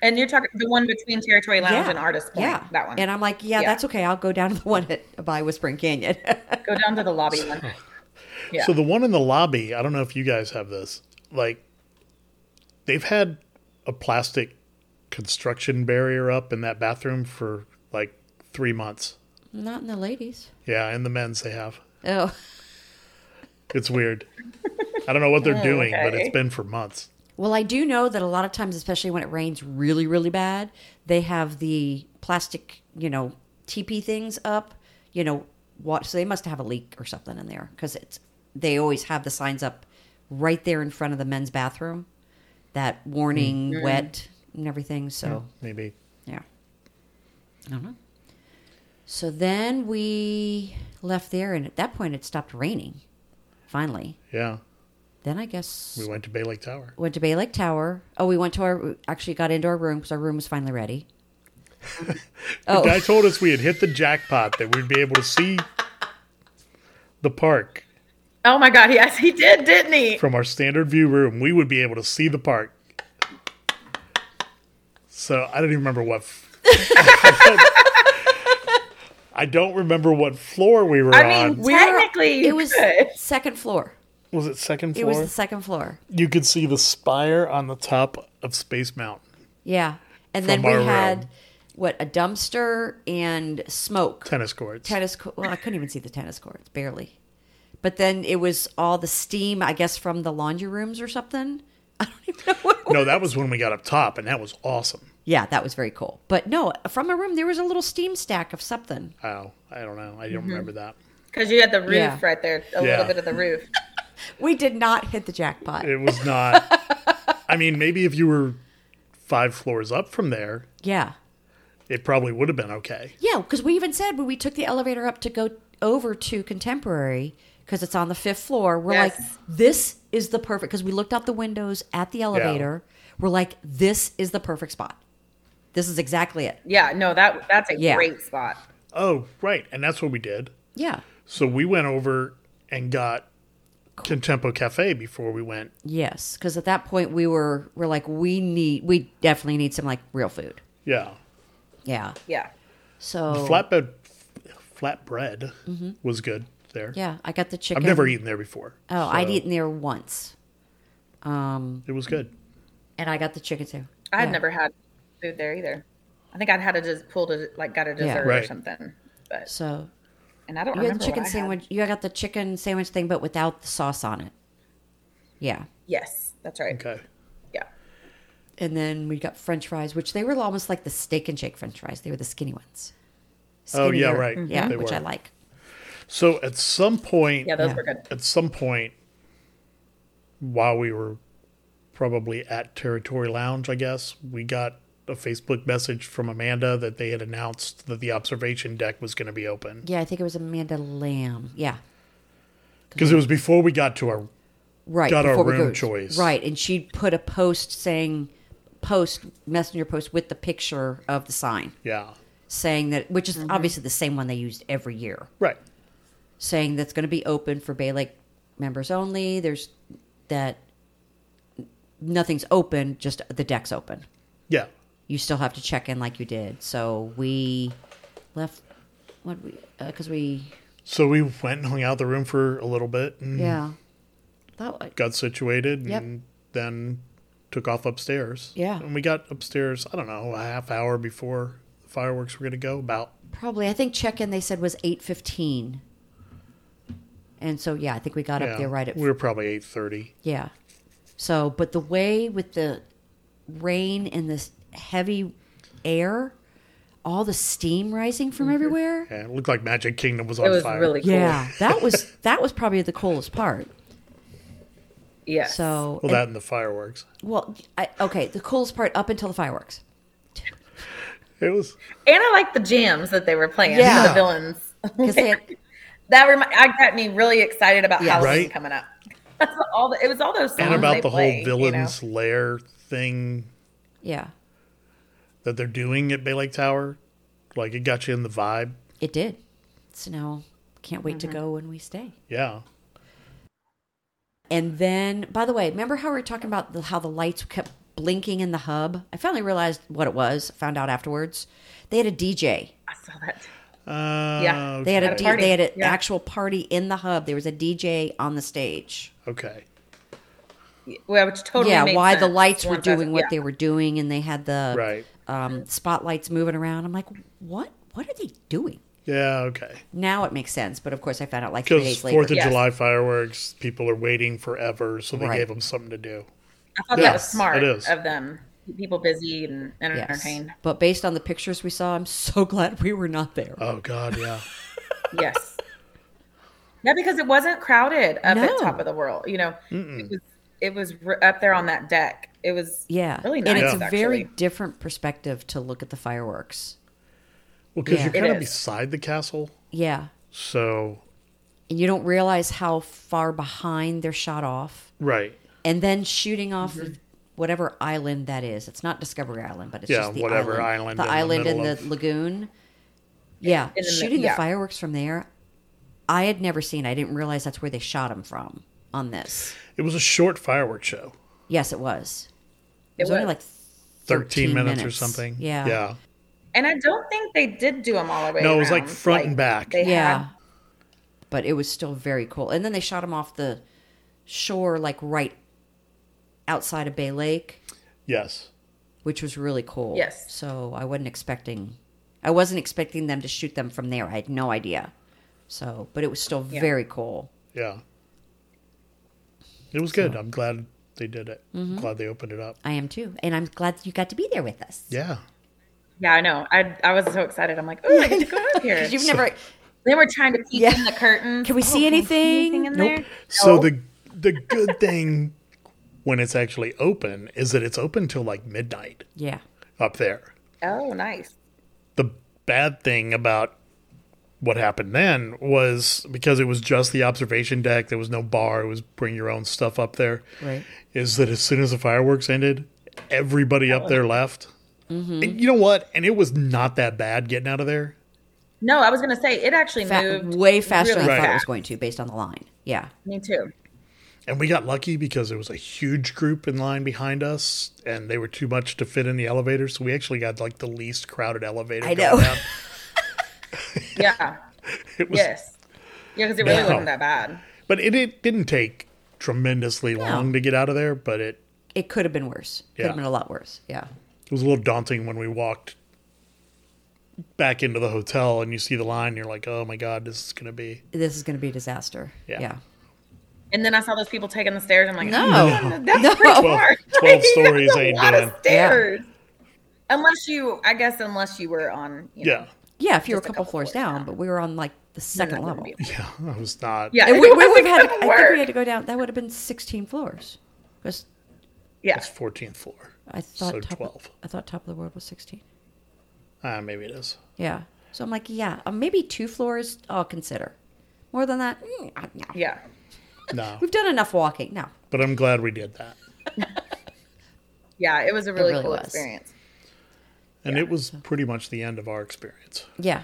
And you're talking the one between Territory Lounge yeah. and Artist Point. Yeah. That one. And I'm like, yeah, Yeah. that's okay. I'll go down to the one at, by Whispering Canyon. Go down to the lobby one. Yeah. So the one in the lobby, I don't know if you guys have this. Like, they've had a plastic construction barrier up in that bathroom for like three months. Not in the ladies. Yeah, in the men's they have. Oh, It's weird. I don't know what they're doing, but Oh, okay. it's been for months. Well, I do know that a lot of times, especially when it rains really, really bad, they have the plastic, you know, teepee things up, you know, watch. So they must have a leak or something in there because it's they always have the signs up right there in front of the men's bathroom that warning wet and everything. So, Maybe. yeah. I don't know. So then we left there, and at that point, it stopped raining finally. Yeah. Then I guess We went to Bay Lake Tower. went to Bay Lake Tower. Oh, we went to our actually got into our room because our room was finally ready. The guy oh, told us we had hit the jackpot that we'd be able to see the park Oh my God. Yes, he did, didn't he? from our standard view room. We would be able to see the park. So I don't even remember what. f- I don't remember what floor we were I mean, on. We were- technically, it was good. second floor. Was it second It floor? was the second floor. you could see the spire on the top of Space Mountain. Yeah, and From then we our had room. what a dumpster and smoke Tennis courts. tennis. Co- well, I couldn't even see the tennis courts barely. But then it was all the steam, I guess, from the laundry rooms or something. I don't even know what. it was. No, that was when we got up top, and that was awesome. Yeah, that was very cool. But no, from a room there was a little steam stack of something. Oh, I don't know. I don't Mm-hmm. remember that. Because you had the roof Yeah. right there, a Yeah. little bit of the roof. We did not hit the jackpot. It was not. I mean, maybe if you were five floors up from there, Yeah. it probably would have been okay. Yeah, because we even said when we took the elevator up to go over to Contemporary, because it's on the fifth floor, we're like, Yes. this is the perfect, because we looked out the windows at the elevator. We're like, this is the perfect spot. This is exactly it. Yeah, no, that that's a Yeah. great spot. Oh, right. And that's what we did. Yeah. So we went over and got Contempo Cafe before we went. Yes. Because at that point, we were, we're like, we need, we definitely need some like real food. Yeah. Yeah. Yeah. So, Flatbed, flatbread was good there. Mm-hmm. yeah, I got the chicken. I've never eaten there before. Oh, I'd eaten there once. Um, It was good. and I got the chicken too. I had Yeah. never had food there either. I think I'd had a just pulled a like got a dessert Right. or something. But So and I don't You had the remember what chicken I had. sandwich. You got the chicken sandwich thing, but without the sauce on it. Yeah, Yes, that's right. Okay. Yeah. and then we got French fries, which they were almost like the steak and shake French fries. They were the skinny ones. Oh, yeah, Skinnier. right. Yeah, They which I were. like. So at some point, Yeah, those Yeah. were good. at some point while we were probably at Territory Lounge, I guess, we got a Facebook message from Amanda that they had announced that the observation deck was going to be open Yeah, I think it was Amanda Lamb. Yeah, because it was before we got to our right. Got our before we room go- choice. Right, and she put a post saying, post messenger post with the picture of the sign yeah saying that, which is obviously the same one they used every year. right saying that's going to be open for Bay Lake members only. There's that nothing's open, just the deck's open. yeah You still have to check in like you did. So we left what we because we so we went and hung out the room for a little bit and yeah that uh, got situated and Yep. then took off upstairs Yeah. and we got upstairs i don't know a half hour before the fireworks were going to go about probably I think check in they said was eight fifteen, and so yeah I think we got yeah, up there right at we were probably 8.30 Yeah. So, but the way with the rain and this heavy air, all the steam rising from everywhere. Mm-hmm. yeah, it looked like magic kingdom was on It was fire really cool. Yeah, that was that was probably the coolest part. Yes. So, Well, that and the fireworks. and- well, I, okay, the coolest part up until the fireworks. It was and I like the jams that they were playing. Yeah. The villains. 'Cause they had- That remi- I got me really excited about Yeah. Halloween Right? coming up. That's what all the, it was all those songs and they about the play, whole you villains lair thing yeah, that they're doing at Bay Lake Tower. Like it got you in the vibe. it did. So now can't wait Mm-hmm. to go when we stay. Yeah. And then, by the way, remember how we were talking about the, how the lights kept blinking in the hub? I finally realized what it was. Found out afterwards. They had a DJ. know? I saw that. Uh, Yeah. Okay. They had a, At a D- party, they had an yeah. actual party in the hub. There was a DJ on the stage. okay. Well, which totally yeah, made why the sense lights were once I was- doing what yeah. they were doing, and they had the Right. um, spotlights moving around. I'm like, what? What are they doing? Yeah. Okay. Now it makes sense, but of course I found out like three Because days Fourth later. of Yes. July fireworks, people are waiting forever, so they Right. gave them something to do. I thought Yes, that was smart it is. of them. Keep People busy and, and Yes. entertained. But based on the pictures we saw, I'm so glad we were not there. Oh God, yeah. Yes. yeah, because it wasn't crowded up No. at top of the world. You know, it was it was r- up there on that deck. It was yeah, really nice. and it's a actually. very different perspective to look at the fireworks. Well, because Yeah. you're It kind of is. beside the castle, Yeah, so and you don't realize how far behind they're shot off, Right. and then shooting off of whatever island that is. It's not Discovery Island, but it's Yeah, just the whatever island the in the island in middle the of- lagoon. Yeah, In the mi- shooting the yeah. fireworks from there. I had never seen. I didn't realize that's where they shot him from on this. It was a short fireworks show, Yes, it was. It It was only was. like 13, 13 minutes, or minutes. something. Yeah. Yeah. And I don't think they did do them all the way. No, it was, like, around. front and back. They Yeah. had But it was still very cool. And then they shot him off the shore, like right outside of Bay Lake, Yes. which was really cool. Yes. So I wasn't expecting, I wasn't expecting them to shoot them from there. I had no idea. So, but it was still very cool. Yeah. It was good. I'm glad they did it. Mm-hmm. Glad they opened it up. I am too. And I'm glad that you got to be there with us. Yeah. Yeah, I know. I I was so excited. I'm like, oh, I get to go up here. 'Cause You've never, They were trying to peek Yeah. in the curtain. Can we Oh, see anything? in Nope. there? So No. the the good thing when it's actually open is that it's open till like midnight yeah. up there. oh, nice. The bad thing about what happened then was because it was just the observation deck, there was no bar, it was bring your own stuff up there. Right. Is that as soon as the fireworks ended, everybody up there left. Mm-hmm. And you know what? And it was not that bad getting out of there. No, I was gonna say it actually Fa- moved way faster really than I thought it was fast. going to based on the line. Yeah. Me too. And we got lucky because there was a huge group in line behind us, and they were too much to fit in the elevator. So we actually got like the least crowded elevator. I going know. down. Yeah. It was, yes. Yeah, because it really No. wasn't that bad. but it, it didn't take tremendously long to get out of there. But it, It could have been worse. Could Yeah. have been a lot worse. Yeah. it was a little daunting when we walked back into the hotel, and you see the line. You're like, oh my god, this is gonna be. This is going to be a disaster. Yeah. yeah. And then I saw those people taking the stairs. I'm like, No. "Mm, that's No. pretty Well, hard. 12 That's stories a ain't lot doing- of Yeah. stairs. Unless you, I guess, unless you were on, you know, Yeah, Yeah, if you were a Just a couple, couple floors floors down, but we were on like the second that level. wouldn't be- yeah, I was not. yeah, And we, it we would wasn't have had. gonna I think work. we had to go down. That would have been sixteen floors. 'Cause yeah, it's 14th floor. I thought So top, 12. I thought top of the world was sixteen. Ah, maybe it is. Yeah. So I'm like, yeah, uh, maybe two floors. I'll consider. More than that, mm, uh, no. yeah. No, We've done enough walking. No. but I'm glad we did that. Yeah, it was a really, really cool was. experience. And it was pretty much the end of our experience. Yeah.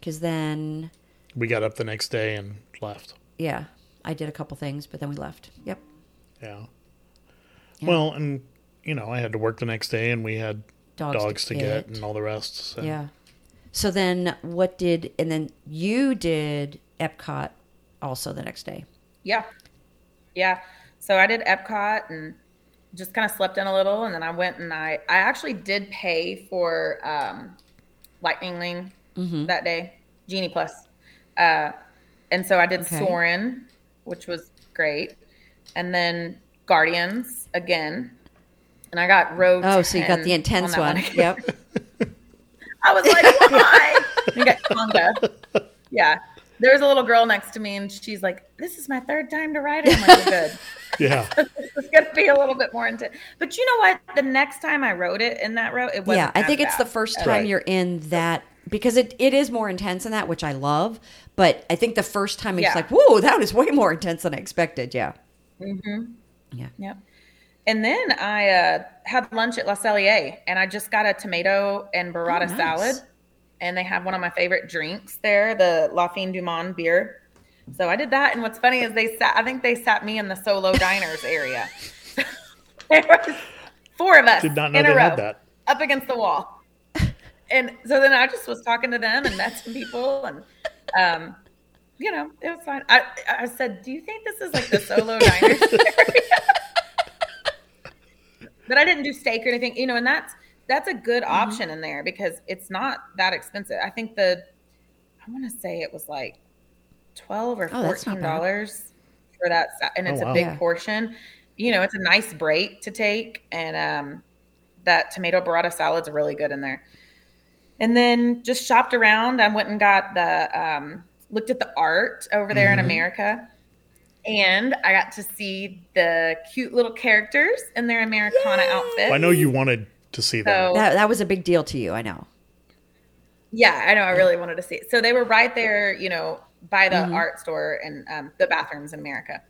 Because then, We got up the next day and left. yeah, I did a couple things, but then we left. Yep. Yeah. Well, and you know, I had to work the next day, and we had Dogs dogs, to to, get get. and all the rest. So. Yeah. So then, what did and then you did Epcot also the next day. Yeah. Yeah. So I did Epcot and just kind of slept in a little. And then I went and I, I actually did pay for um, Lightning Lane Mm-hmm. that day, Genie Plus. Uh, and so I did Okay. Soren, which was great. And then Guardians again. And I got Road. Oh, so you got 10 the intense that one. Yep. I was like, why? You got Tonga. Yeah. There was a little girl next to me, and she's like, "This is my third time to ride it." I'm like, "Good." Yeah. it's gonna be a little bit more intense. But you know what? The next time I rode it in that row, it was yeah, I think it's the first time Right. you're in that because it, it is more intense in that, which I love. But I think the first time it's Yeah. like, whoa, that was way more intense than I expected. Yeah. Mm-hmm. Yeah. Yep. And then I uh, had lunch at La Cellier, and I just got a tomato and burrata Oh, nice. salad, and they have one of my favorite drinks there, the La Fin du Monde beer. So I did that, and what's funny is they sat. I think they sat me in the solo diners area. there was four of us. Did not know in a they had row. that. up against the wall. And so then I just was talking to them and met some people and um you know, it was fine. I I said, Do you think this is like the solo diners area? but I didn't do steak or anything, you know, and that's that's a good Mm-hmm. option in there because it's not that expensive. I think the I wanna say it was like twelve or Oh, that's not fourteen bad. dollars for that sa- and Oh, it's wow. a big Yeah. portion. You know, it's a nice break to take and um that tomato burrata salad's really good in there. And then just shopped around. I went and got the um, looked at the art over there Mm-hmm. in America, and I got to see the cute little characters in their Americana outfits. Well, I know you wanted to see that. So- That, that was a big deal to you. I know. Yeah, I know. I really wanted to see. It. So they were right there, you know, by the mm-hmm. art store and um, the bathrooms in America.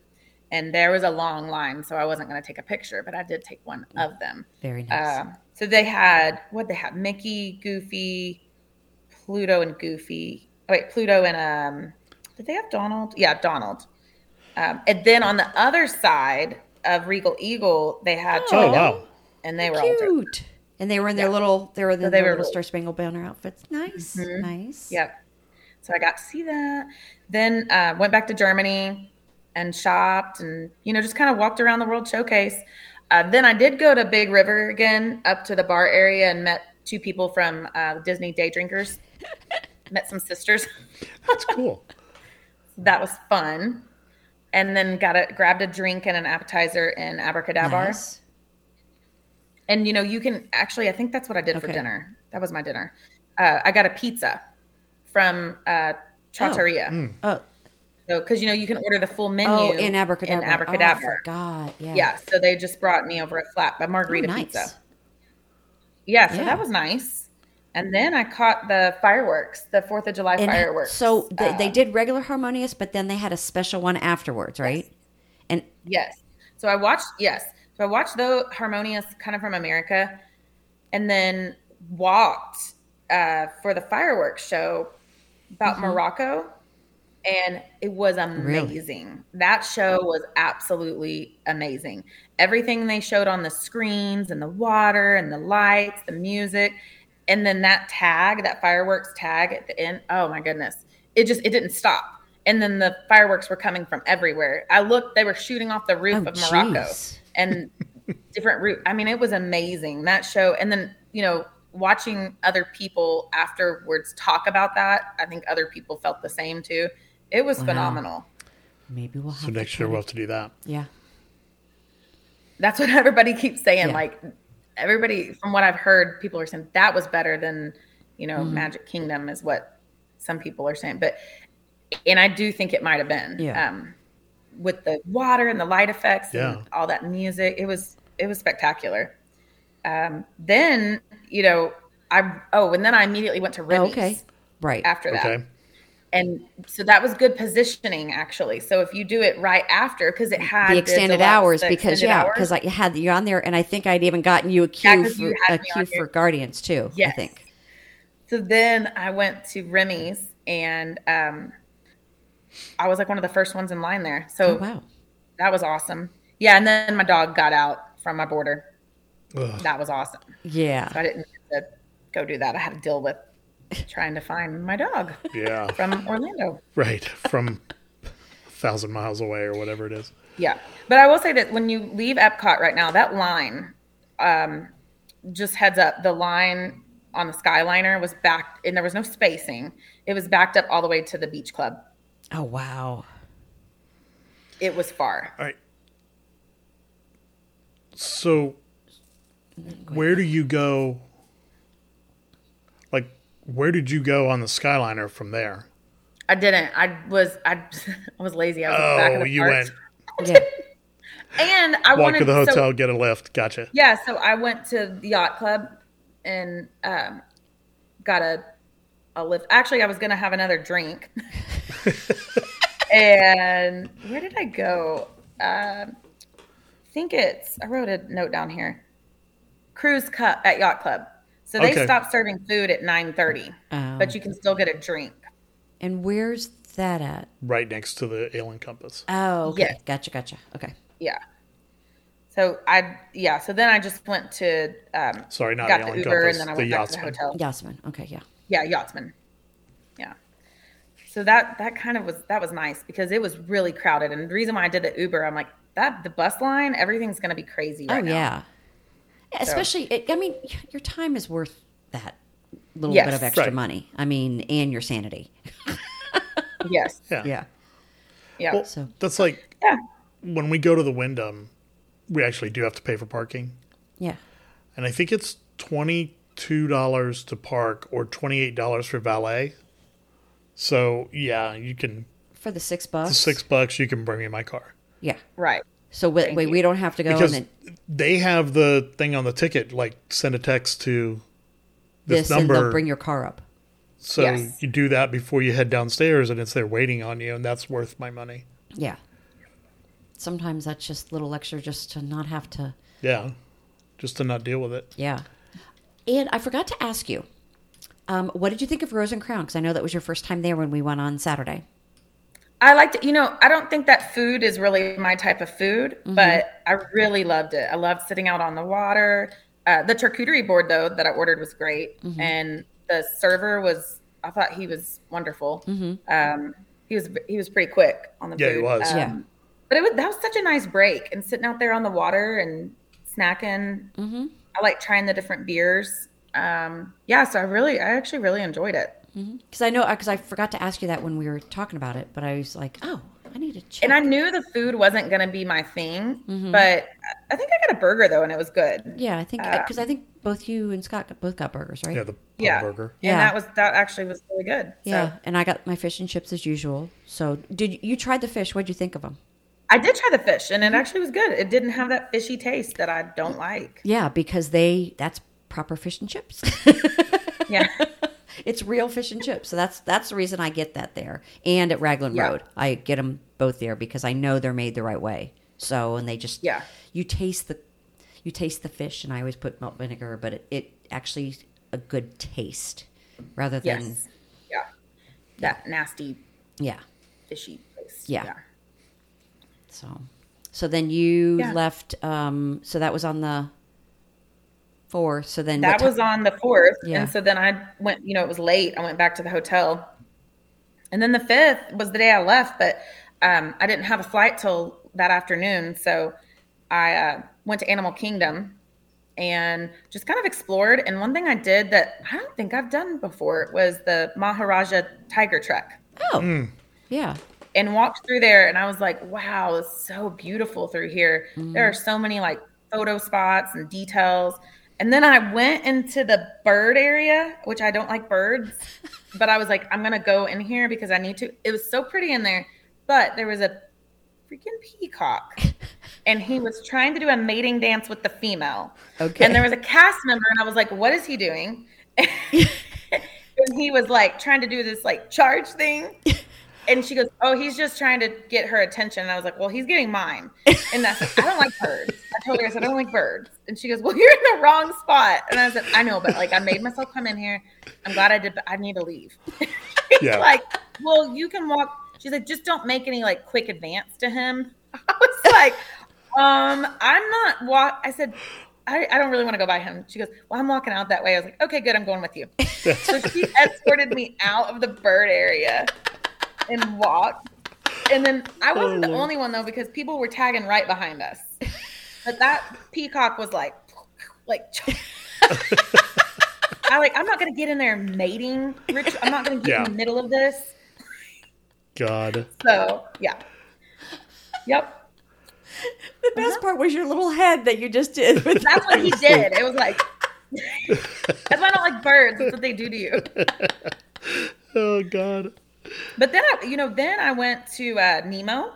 And there was a long line, so I wasn't going to take a picture, but I did take one of them. Um, Very nice. Uh, so they had what they had: Mickey, Goofy, Pluto, and Goofy. Oh, wait, Pluto and um, did they have Donald? Yeah, Donald. Um, and then on the other side of Regal Eagle, they had oh, Joey, wow. and they were cute. all cute. And they were in their yeah. little, they were in so their were little Star Spangled Banner outfits. Nice, mm-hmm. nice. Yep. So I got to see that. Then uh, went back to Germany and shopped, and you know, just kind of walked around the World Showcase. Uh, then I did go to Big River again, up to the bar area, and met two people from uh, Disney Day Drinkers. met some sisters. That's cool. that was fun. And then got a grabbed a drink and an appetizer in Abracadabra. Nice. And you know, you can actually, I think that's what I did okay. for dinner. That was my dinner. Uh, I got a pizza from uh, Trattoria. Oh. Mm. oh. So, because you know, you can order the full menu oh, in Abracadabra. In Abracadabra. Oh, God, yeah. Yeah. So they just brought me over a flat, a margarita oh, nice. pizza. Yeah. So yeah. that was nice. And then I caught the fireworks, the Fourth of July and fireworks. Uh, So they, um, they, did regular harmonious, but then they had a special one afterwards, right? Yes. And yes, so I watched. Yes, so I watched the harmonious kind of from America, and then walked uh, for the fireworks show about mm-hmm. Morocco, and it was amazing. Really? That show was absolutely amazing. Everything they showed on the screens and the water and the lights, the music and then that tag that fireworks tag at the end oh my goodness it just it didn't stop and then the fireworks were coming from everywhere i looked they were shooting off the roof oh, of morocco geez. and different route i mean it was amazing that show and then you know watching other people afterwards talk about that i think other people felt the same too it was wow. phenomenal maybe we'll have so next year we'll have to do that yeah that's what everybody keeps saying yeah. like everybody from what i've heard people are saying that was better than you know mm-hmm. magic kingdom is what some people are saying but and i do think it might have been yeah. um, with the water and the light effects yeah. and all that music it was it was spectacular um, then you know i oh and then i immediately went to Ribby's oh, okay right after that okay. and so that was good positioning actually so if you do it right after because it had the extended deluxe, hours the because extended yeah because i had you on there and i think i'd even gotten you a cue yeah, for, a cue for guardians too yes. i think so then i went to remy's and um, i was like one of the first ones in line there oh, so wow that was awesome yeah and then my dog got out from my border Ugh. that was awesome yeah so i didn't go do that i had to deal with trying to find my dog. Yeah. From Orlando. Right. From a thousand miles away or whatever it is. Yeah. But I will say that when you leave Epcot right now, that line, um, just heads up, the line on the Skyliner was backed and there was no spacing. It was backed up all the way to the beach club. Oh, wow. It was far. All right. So, where do you go where did you go on the Skyliner from there? I didn't. I was I, I was lazy. I was oh, back of the you parts. went. yeah. And I walk wanted, to the hotel, so, get a lift. Gotcha. Yeah, so I went to the yacht club and um, got a a lift. Actually, I was gonna have another drink. and where did I go? Uh, I think it's. I wrote a note down here. Cruise Cup at yacht club. So they okay. stop serving food at 9:30, oh. but you can still get a drink. And where's that at? Right next to the Alien Compass. Oh, okay. Yeah. Gotcha, gotcha. Okay. Yeah. So I yeah, so then I just went to um Sorry, not got Alien the Uber Compass, and then I went the back Yachtsman. to the hotel. Yachtsman. Okay, yeah. Yeah, Yachtsman. Yeah. So that that kind of was that was nice because it was really crowded and the reason why I did the Uber, I'm like that the bus line, everything's going to be crazy right Oh now. yeah. Yeah, especially, so, I mean, your time is worth that little yes, bit of extra right. money. I mean, and your sanity. yes. Yeah. Yeah. yeah. Well, so that's like yeah. when we go to the Wyndham, we actually do have to pay for parking. Yeah. And I think it's twenty two dollars to park or twenty eight dollars for valet. So yeah, you can for the six bucks. The six bucks, you can bring me my car. Yeah. Right. So wait, wait we don't have to go because then, they have the thing on the ticket, like send a text to this, this number. bring your car up. So Yes. you do that before you head downstairs, and it's there waiting on you, and that's worth my money. Yeah. Sometimes that's just little extra just to not have to. Yeah, just to not deal with it. Yeah. And I forgot to ask you, um, what did you think of Rose and Crown? Because I know that was your first time there when we went on Saturday. I liked it. You know, I don't think that food is really my type of food, but I really loved it. I loved sitting out on the water. Uh, the charcuterie board, though, that I ordered was great. And the server was, I thought he was wonderful. Um, he was he was pretty quick on the Yeah, he food. was. Um, Yeah. But it was, that was such a nice break and sitting out there on the water and snacking. I like trying the different beers. Um, yeah, so I really, I actually really enjoyed it. Because I know, because I forgot to ask you that when we were talking about it, but I was like, oh, I need to check. and I knew the food wasn't going to be my thing, Mm-hmm. but I think I got a burger though, and it was good. yeah, I think, because I think both you and Scott got, both got burgers, right? Yeah, the pub yeah. burger. Yeah. and that was that actually was really good. Yeah, so and I got my fish and chips as usual. So, did you- you tried the fish? What'd you think of them? I did try the fish, Mm-hmm. and it actually was good. It didn't have that fishy taste that I don't like. Yeah, because they that's proper fish and chips. Yeah, it's real fish and chips. So that's that's the reason I get that there and at Raglan Yeah. Road. I get them both there because I know they're made the right way. So and they just Yeah. you taste the you taste the fish and I always put malt vinegar, but it, it actually is a good taste rather than yes, yeah, that nasty yeah. fishy taste. Yeah. So so then you Yeah. left um so that was on the 4. So then that what ti- was on the fourth, Yeah. and so then I went. You know, it was late. I went back to the hotel, and then the fifth was the day I left, but um, I didn't have a flight till that afternoon, so I uh, went to Animal Kingdom and just kind of explored. And one thing I did that I don't think I've done before was the Maharaja Tiger Trek Oh. Yeah. and walked through there and I was like, wow, it's so beautiful through here. There are so many like photo spots and details. And then I went into the bird area, which I don't like birds, but I was like, I'm gonna go in here because I need to. It was so pretty in there, but there was a freaking peacock and he was trying to do a mating dance with the female. Okay. And there was a cast member, and I was like, what is he doing? and he was like trying to do this like charge thing. And she goes, Oh, he's just trying to get her attention. And I was like, Well, he's getting mine. And I said, I don't like birds. I told her, I said, I don't like birds. And she goes, Well, you're in the wrong spot. And I said, I know, but like I made myself come in here. I'm glad I did, but I need to leave. She's Yeah. like, Well, you can walk. She's like, just don't make any like quick advance to him. I was like, um, I'm not walk I said, I, I don't really want to go by him. She goes, Well, I'm walking out that way. I was like, Okay, good, I'm going with you. So she escorted me out of the bird area and walked. And then I wasn't the only one though because people were tagging right behind us. But that peacock was like, like. I like. I'm not gonna get in there mating. Rich, I'm not gonna get Yeah. in the middle of this. God. So yeah. Yep. The best part was your little head that you just did. With That's what he did. It was like. That's why I don't like birds. That's what they do to you. Oh God. But then, I, you know, then I went to uh, Nemo.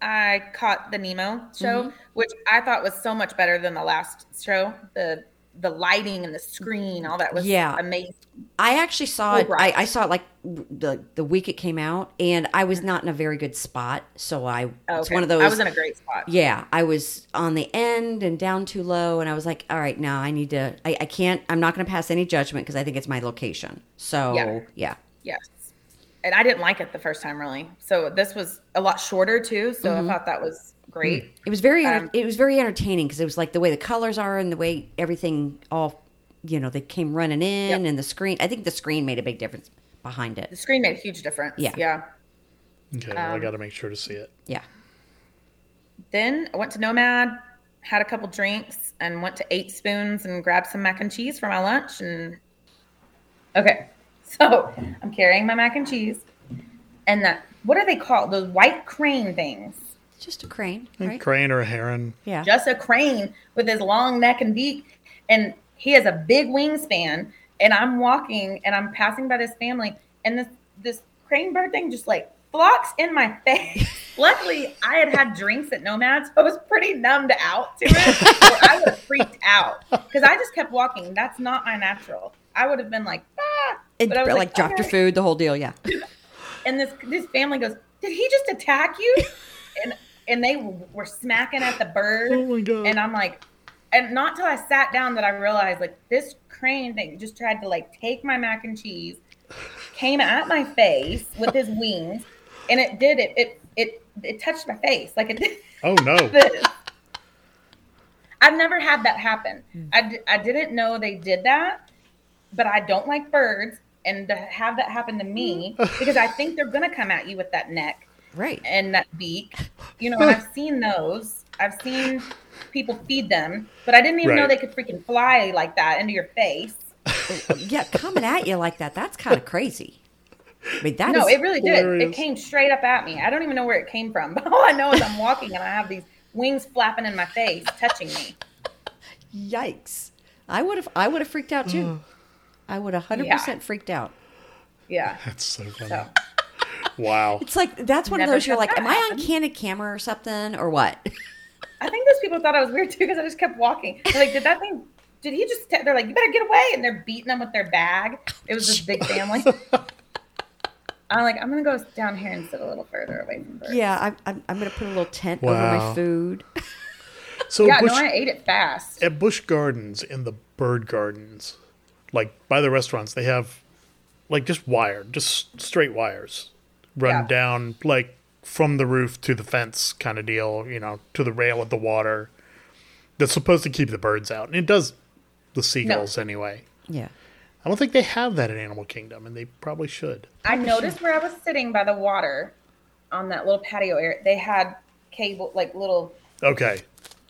I caught the Nemo Mm-hmm. show, which I thought was so much better than the last show. The the lighting and the screen, all that was Yeah. amazing. I actually saw it. I, Right. I saw it like the the week it came out, and I was not in a very good spot. So Uh-huh. I Oh, it's okay. one of those. I was in a great spot. yeah, I was on the end and down too low, and I was like, all right, now I need to. I, I can't. I'm not going to pass any judgment because I think it's my location. So yeah. Yeah. Yes. And I didn't like it the first time really. So this was a lot shorter too. So Mm-hmm. I thought that was great. It was very enter it was very entertaining because it was like the way the colors are and the way everything all you know they came running in and the screen. I think the screen made a big difference behind The it. screen made a huge difference. Yeah. Yeah. Okay, well, I got to make sure to see it. Yeah, Then I went to Nomad, had a couple drinks, and went to Eight Spoons and grabbed some mac and cheese for my lunch. And okay, so I'm carrying my mac and cheese, and that what are they called? Those white crane things. just a crane, right? Crane or a heron. Yeah. Just a crane with his long neck and beak, and he has a big wingspan. And I'm walking, and I'm passing by this family, and this this crane bird thing just like flocks in my face. Luckily, I had had drinks at Nomads, so I was pretty numbed out to it. or I would have freaked out because I just kept walking. That's not my natural. I would have been like, ah, And But I was like, like, dropped your okay. food, the whole deal. Yeah. and this this family goes, "Did he just attack you?" and and they were smacking at the bird. Oh my God. And I'm like, and not till I sat down that I realized like this crane thing just tried to like take my mac and cheese, came at my face with his wings, and it did it it it it touched my face like it did Oh no. this. I've never had that happen. Hmm. I, d- I didn't know they did that, but I don't like birds. And to have that happen to me, because I think they're going to come at you with that neck Right. and that beak. You know, and I've seen those. I've seen people feed them, but I didn't even know Right. they could freaking fly like that into your face. yeah, coming at you like that, that's kind of crazy. I mean, that no, is- it really did. hilarious. It came straight up at me. I don't even know where it came from, but all I know is I'm walking and I have these wings flapping in my face, touching me. yikes. I would have I would have freaked out Mm. too. I would have 100% freaked out. Yeah. That's so funny. So. Wow. It's like that's one Never of those you're had like, that am I on happen. candid camera or something or what? I think those people thought I was weird too because I just kept walking. They're like, did that thing? Did he just? They're like, you better get away, and they're beating them with their bag. It was this big family. I'm like, I'm gonna go down here and sit a little further away from birds. yeah, I'm I'm, I'm going to put a little tent over my Wow. food. So yeah. Bush, No, I ate it fast. at Bush Gardens in the Bird Gardens, like by the restaurants, they have like just wire, just straight wires run Yeah. down like from the roof to the fence kind of deal, you know, to the rail at the water. That's supposed to keep the birds out. And it does the seagulls anyway. Yeah. I don't think they have that at Animal Kingdom and they probably should. I noticed where I was sitting by the water, on that little patio area. They had cable, like little. Okay.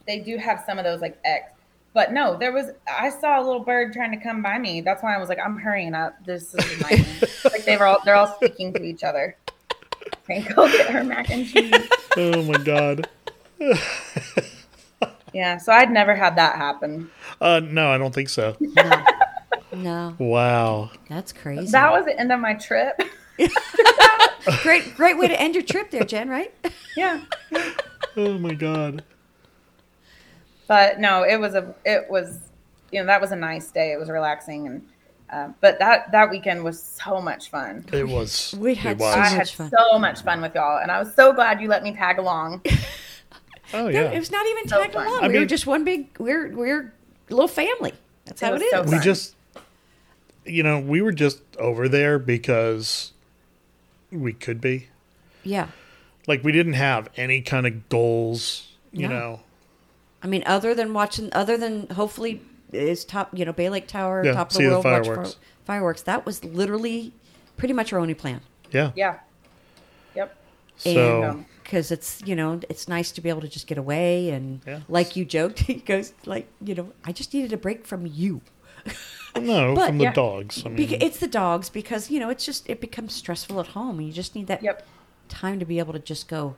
They do have some of those like X, but no, there was. I saw a little bird trying to come by me. That's why I was like, I'm hurrying up. This is my like they were all they're all speaking to each other. Saying, go get her mac and cheese. Oh my god. Yeah, so I'd never had that happen. Uh no, I don't think so. No. no. Wow. That's crazy. That was the end of my trip. great great way to end your trip there, Jen, right? Yeah, Oh my god. but no, it was a it was you know that was a nice day. It was relaxing and. Uh, but that that weekend was so much fun. It was We had it was. so I much had fun. so much fun with y'all, and I was so glad you let me tag along. There- Oh yeah. It was not even So tagged fun. along. I we were mean- just one big we're we're little family. That's It how it was is. so we fun. just you know we were just over there because we could be yeah. like we didn't have any kind of goals you No. know I mean, other than watching, other than hopefully is top, you know, Bay Lake Tower, Yeah, top of see the the world, watch fireworks. for- fireworks. That was literally pretty much our only plan. yeah Yeah. Yep. so And, um, Because it's you know it's nice to be able to just get away and Yeah. like you joked he goes like you know I just needed a break from you no but, from the yeah. dogs I mean, Beca- it's the dogs because you know it's just it becomes stressful at home and you just need that Yep. time to be able to just go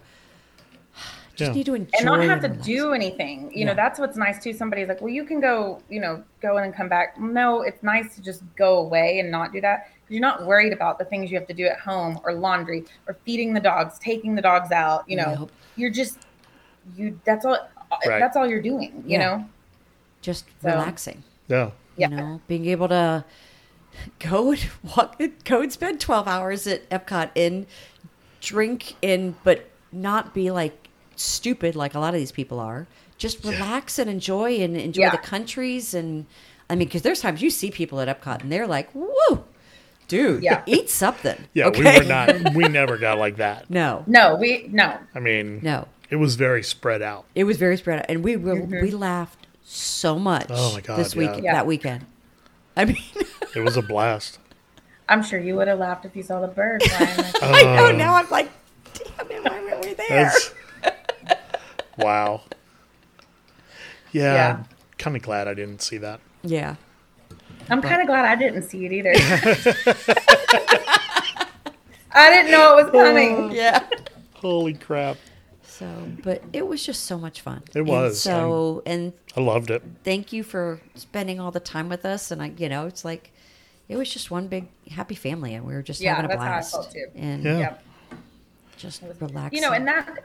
just Yeah. need to enjoy and not have to relax. do anything. You Yeah. know, that's what's nice too. Somebody's like, well, you can go, you know, go in and come back. No, it's nice to just go away and not do that. 'Cause You're not worried about the things you have to do at home or laundry or feeding the dogs, taking the dogs out. You know, Nope. you're just, you, that's all, uh, Right. that's all you're doing, you Yeah. know? just So- relaxing yeah Yeah. you know being able to go and walk go and spend 12 hours at epcot and drink and but not be like stupid like a lot of these people are just relax and enjoy and enjoy Yeah. the countries and i mean because there's times you see people at epcot and they're like whoa dude Yeah. eat something yeah okay? we were not we never got like that no No, we, no. i mean no it was very spread out it was very spread out and we were, we laughed so much Oh my God, this yeah. week Mm-hmm. Yeah. that weekend i mean it was a blast I'm sure you would have laughed if you saw the bird flying. like- i know now i'm like damn it why were we there Um, That's wow yeah, Yeah. kind of glad i didn't see that Yeah. I'm kind of glad I didn't see it either. I didn't know it was coming. Yeah. holy crap So, but it was just so much fun. It And was. so, and i loved it thank you for spending all the time with us. And I, you know, it's like, it was just one big happy family, and we were just Yeah, having a that's how I blast felt too. and Yeah. Yep. just relaxing. you know and that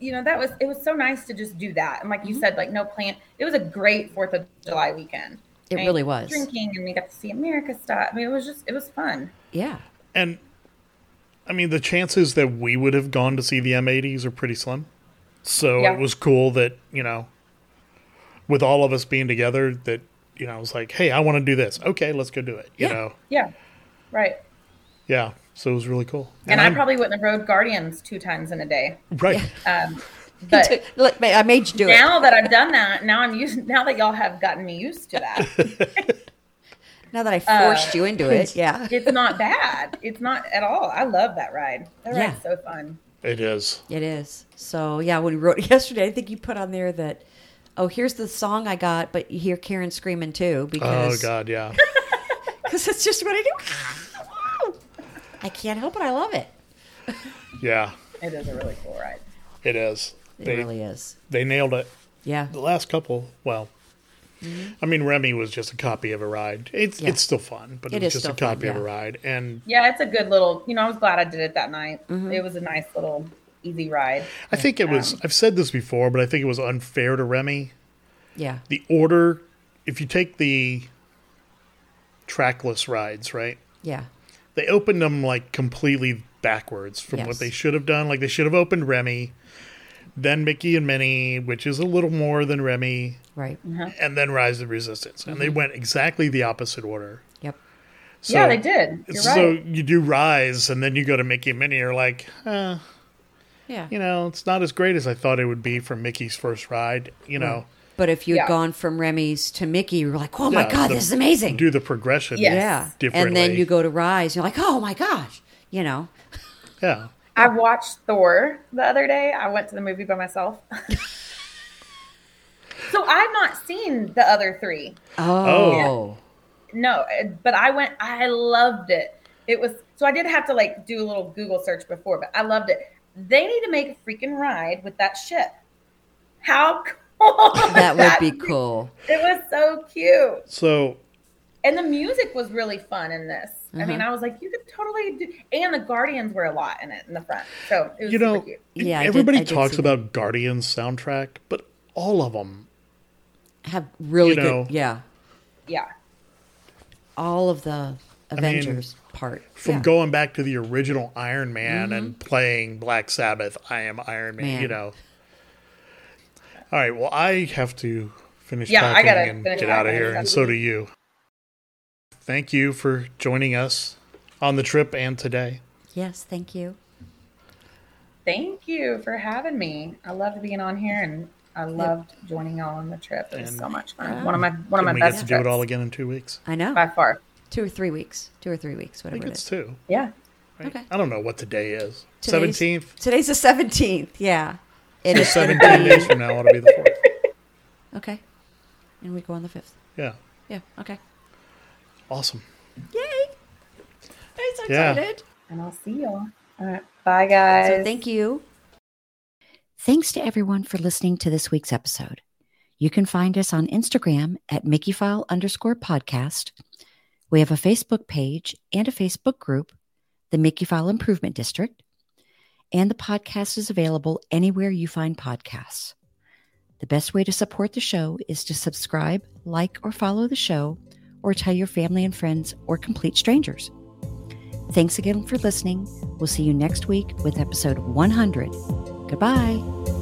you know that was Mm-hmm. it was so nice to just do that and like you said like no plan it was a great fourth of july weekend It and really we got was. to Drinking and we got to see America stuff. I mean, it was just, it was fun. Yeah. And I mean, the chances that we would have gone to see the M80s are pretty slim. So Yeah. it was cool that, you know, with all of us being together, that, you know, I was like, hey, I want to do this. Okay, let's go do it. You Yeah. know, Yeah. Right. yeah. So it was really cool. And, I I'm- probably wouldn't have rode Guardians two times in a day. Right. uh, But Look, ma- I made you do it. now that I've done that, now I'm used, now that y'all have gotten me used to that. Now that I forced you into it. Yeah. it's not bad. It's not at all. I love that ride. That Yeah. ride's so fun. It is. It is. So yeah, when we wrote it yesterday, I think you put on there that, oh, here's the song I got, but you hear Karen screaming too Oh, because God. Yeah. because that's just what I do. I can't help it. I love it. yeah. It is a really cool ride. It is. It they, really is. they nailed it. Yeah. The last couple, well, I mean, Remy was just a copy of a ride. It's Mm-hmm. Yeah. it's still fun, but It it, was is just a still fun, copy of a yeah. ride. And Yeah, it's a good little, you know, I was glad I did it that night. It was a nice little easy ride. I think it was, I've said this before, but I think it was unfair to Remy. Yeah. The order, if you take the trackless rides, right? Yeah. They opened them like completely backwards from Yes. what they should have done. Like they should have opened Remy, then Mickey and Minnie, which is a little more than Remy, Right. Uh-huh. and then Rise of the Resistance. And they went exactly the opposite order. Yep. So, Mm-hmm. yeah, they did. You're so right. you do Rise, and then you go to Mickey and Minnie. You're like, uh, Yeah. you know, it's not as great as I thought it would be for Mickey's first ride. You know, But if you had Yeah. gone from Remy's to Mickey, you were like, oh my Yeah, God, the- this is amazing. do the progression. Yes. yeah. differently. And then you go to Rise, you're like, oh my gosh. You know, Yeah. I watched Thor the other day. I went to the movie by myself. so I've not seen the other three. oh, No, but I went, I loved it. It was, so I did have to like do a little Google search before, but I loved it. They need to make a freaking ride with that ship. How cool. would that would be cool. It was so cute. So And the music was really fun in this. I mean, I was like, you could totally do. And the Guardians were a lot in it in the front, so it was you know, super cute. Yeah, I did- everybody I did talks see about Guardians soundtrack, but all of them. Have really You know. good. Yeah. Yeah, All of the Avengers part. From yeah. Mm-hmm. going back to the original Iron Man and playing Black Sabbath, I am Iron Man, Man. You know. All right. Well, I have to finish Yeah, I packing gotta and finish get out of packing here, and stuff. so do you. Thank you for joining us on the trip and today. Yes. Thank you. thank you for having me. I loved being on here, and I loved joining y'all on the trip. It was so much fun. one of my one of my and we best get to do trips it all again in two weeks. I know. by far. Two or three weeks. Two or three weeks, I whatever think it it's is. two. Yeah, right? Okay. I don't know what today is. Today's- Seventeenth. Today's the 17th. Yeah. It is gonna Seventeen be- days from now ought to be the fourth. Okay. And we go on the 5th. Yeah. Yeah. Okay. Awesome. Yay. I'm so Yeah. excited. and I'll see y'all. All right, bye guys. So thank you. Thanks to everyone for listening to this week's episode. You can find us on Instagram at MickeyFile underscore podcast. We have a Facebook page and a Facebook group, the Mickey File Improvement District, and the podcast is available anywhere you find podcasts. The best way to support the show is to subscribe, like, or follow the show, or tell your family and friends or complete strangers. Thanks again for listening. We'll see you next week with episode 100. Goodbye.